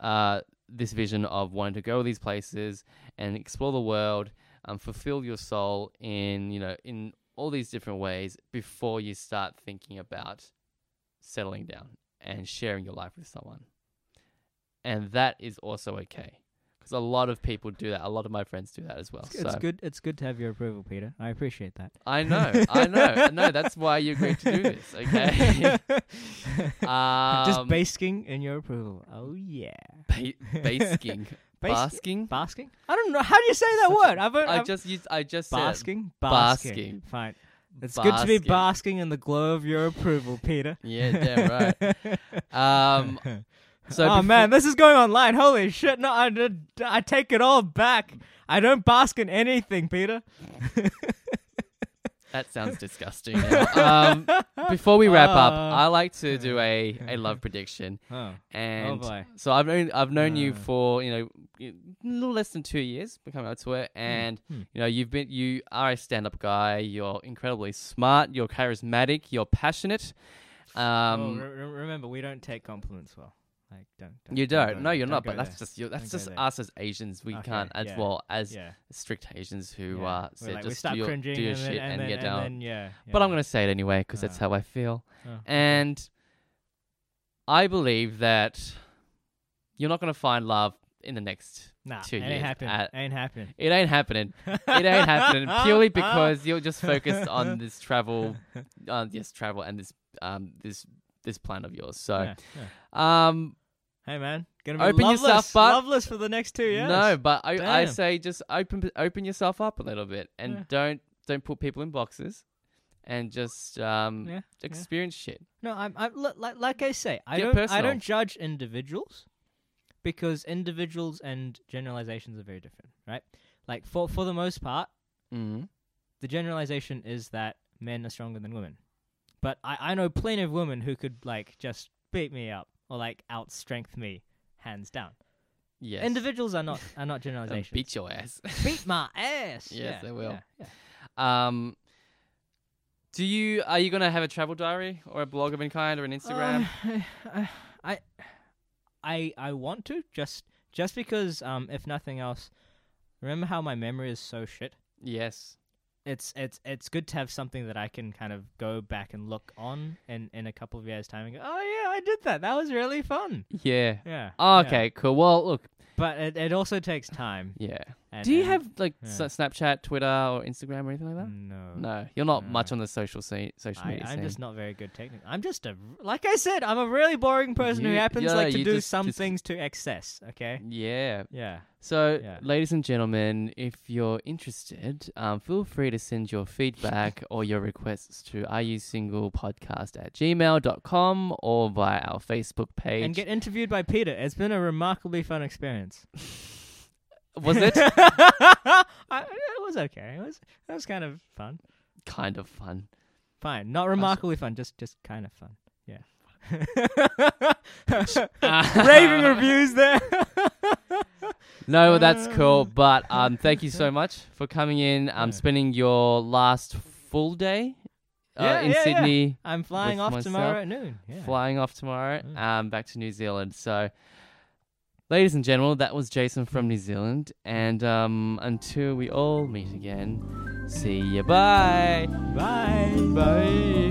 uh, this vision of wanting to go these places and explore the world, um, fulfill your soul in you know in all these different ways before you start thinking about settling down and sharing your life with someone. And that is also okay. Because a lot of people do that. A lot of my friends do that as well. It's, so. it's good. It's good to have your approval, Peter. I appreciate that. I know, I know, no. That's why you agreed to do this, okay? um, Just basking in your approval. Oh yeah. ba- Basking. basking, basking. Basking. I don't know. How do you say that Such a- word? I've, I've I just used. I just said Basking? Basking. Basking. Fine. It's good to be basking. basking in the glow of your approval, Peter. Yeah, damn right. Um, so oh before- man, this is going online. Holy shit! No, I, did- I take it all back. I don't bask in anything, Peter. That sounds disgusting. now. um, before we wrap up, Uh. I like to do a, a love prediction. Oh, And boy. so I've known I've known you Uh. for you know a little less than two years, we're coming up to it, and hmm. you know you've been you are a stand up guy. You're incredibly smart. You're charismatic. You're passionate. um, Um, remember, we don't take compliments well. Like, don't. don't you don't don't. go No, there. you're Don't not. go But that's there. just you that's Don't go just there. us as Asians. We Okay, can't as yeah, well as Yeah. strict Asians who yeah. uh We're sit like, we just start do your, cringing do your and shit then, and, then, you and don't. then, yeah, But I'm yeah. gonna say it anyway because that's Uh. how I feel. Oh, okay. And I believe that you're not going to find love in the next. nah, two ain't years happening. at- ain't happening. It ain't happening. It ain't happening purely because you're just focused on this travel, uh, yes, travel and this um this this plan of yours. So Yeah, yeah. um Hey man, gonna be Open loveless, yourself up. loveless for the next two years. no, but I, I Damn. say just open open yourself up a little bit and Yeah. don't don't put people in boxes, and just um Yeah, yeah. experience shit. no, I'm, I'm li- like, like I say, I Get don't, I personal. don't judge individuals because individuals and generalizations are very different, right? Like for for the most part, Mm. the generalization is that men are stronger than women. But I, I know plenty of women who could like just beat me up or like outstrength me hands down. Yes. Individuals are not are not They'll generalizations. Beat your ass. Beat my ass. Yes, yeah, they will. yeah, yeah. Um, do you are you gonna have a travel diary or a blog of any kind or an Instagram? Uh, I, I, I want to just just because um, if nothing else, remember how my memory is so shit. yes. It's it's it's good to have something that I can kind of go back and look on in in a couple of years' time and go, oh yeah, I did that. That was really fun. Yeah. Yeah. Oh, yeah. okay. Cool. Well, look. But it, it also takes time. Yeah. And, do you and- have like yeah. s Snapchat, Twitter, or Instagram or anything like that? no? No, you're not No. much on the social scene, social I, media I'm scene. just not very good technically. I'm just a like I said, I'm a really boring person who You- happens yeah, like to you do just- some just- things to excess. Okay. yeah. Yeah. So, Yeah. ladies and gentlemen, if you're interested, um, feel free to send your feedback or your requests to areyousinglepodcast at gmail.com or via our Facebook page. and get interviewed by Peter. It's been a remarkably fun experience. Was it? I, it was okay. It was that was kind of fun. kind of fun. Fine, not remarkably fun. Just just kind of fun. Yeah. Raving Uh, reviews there. No, well, that's cool. But um, thank you so much for coming in. Um, Yeah. spending your last full day uh, Yeah, in yeah, yeah. Sydney, I'm flying With off myself, tomorrow at noon. Yeah. flying off tomorrow, Mm. um, back to New Zealand. So, ladies and gentlemen, that was Jason Mm. from New Zealand, and um, until we all meet again, see you. Bye. Bye. Bye.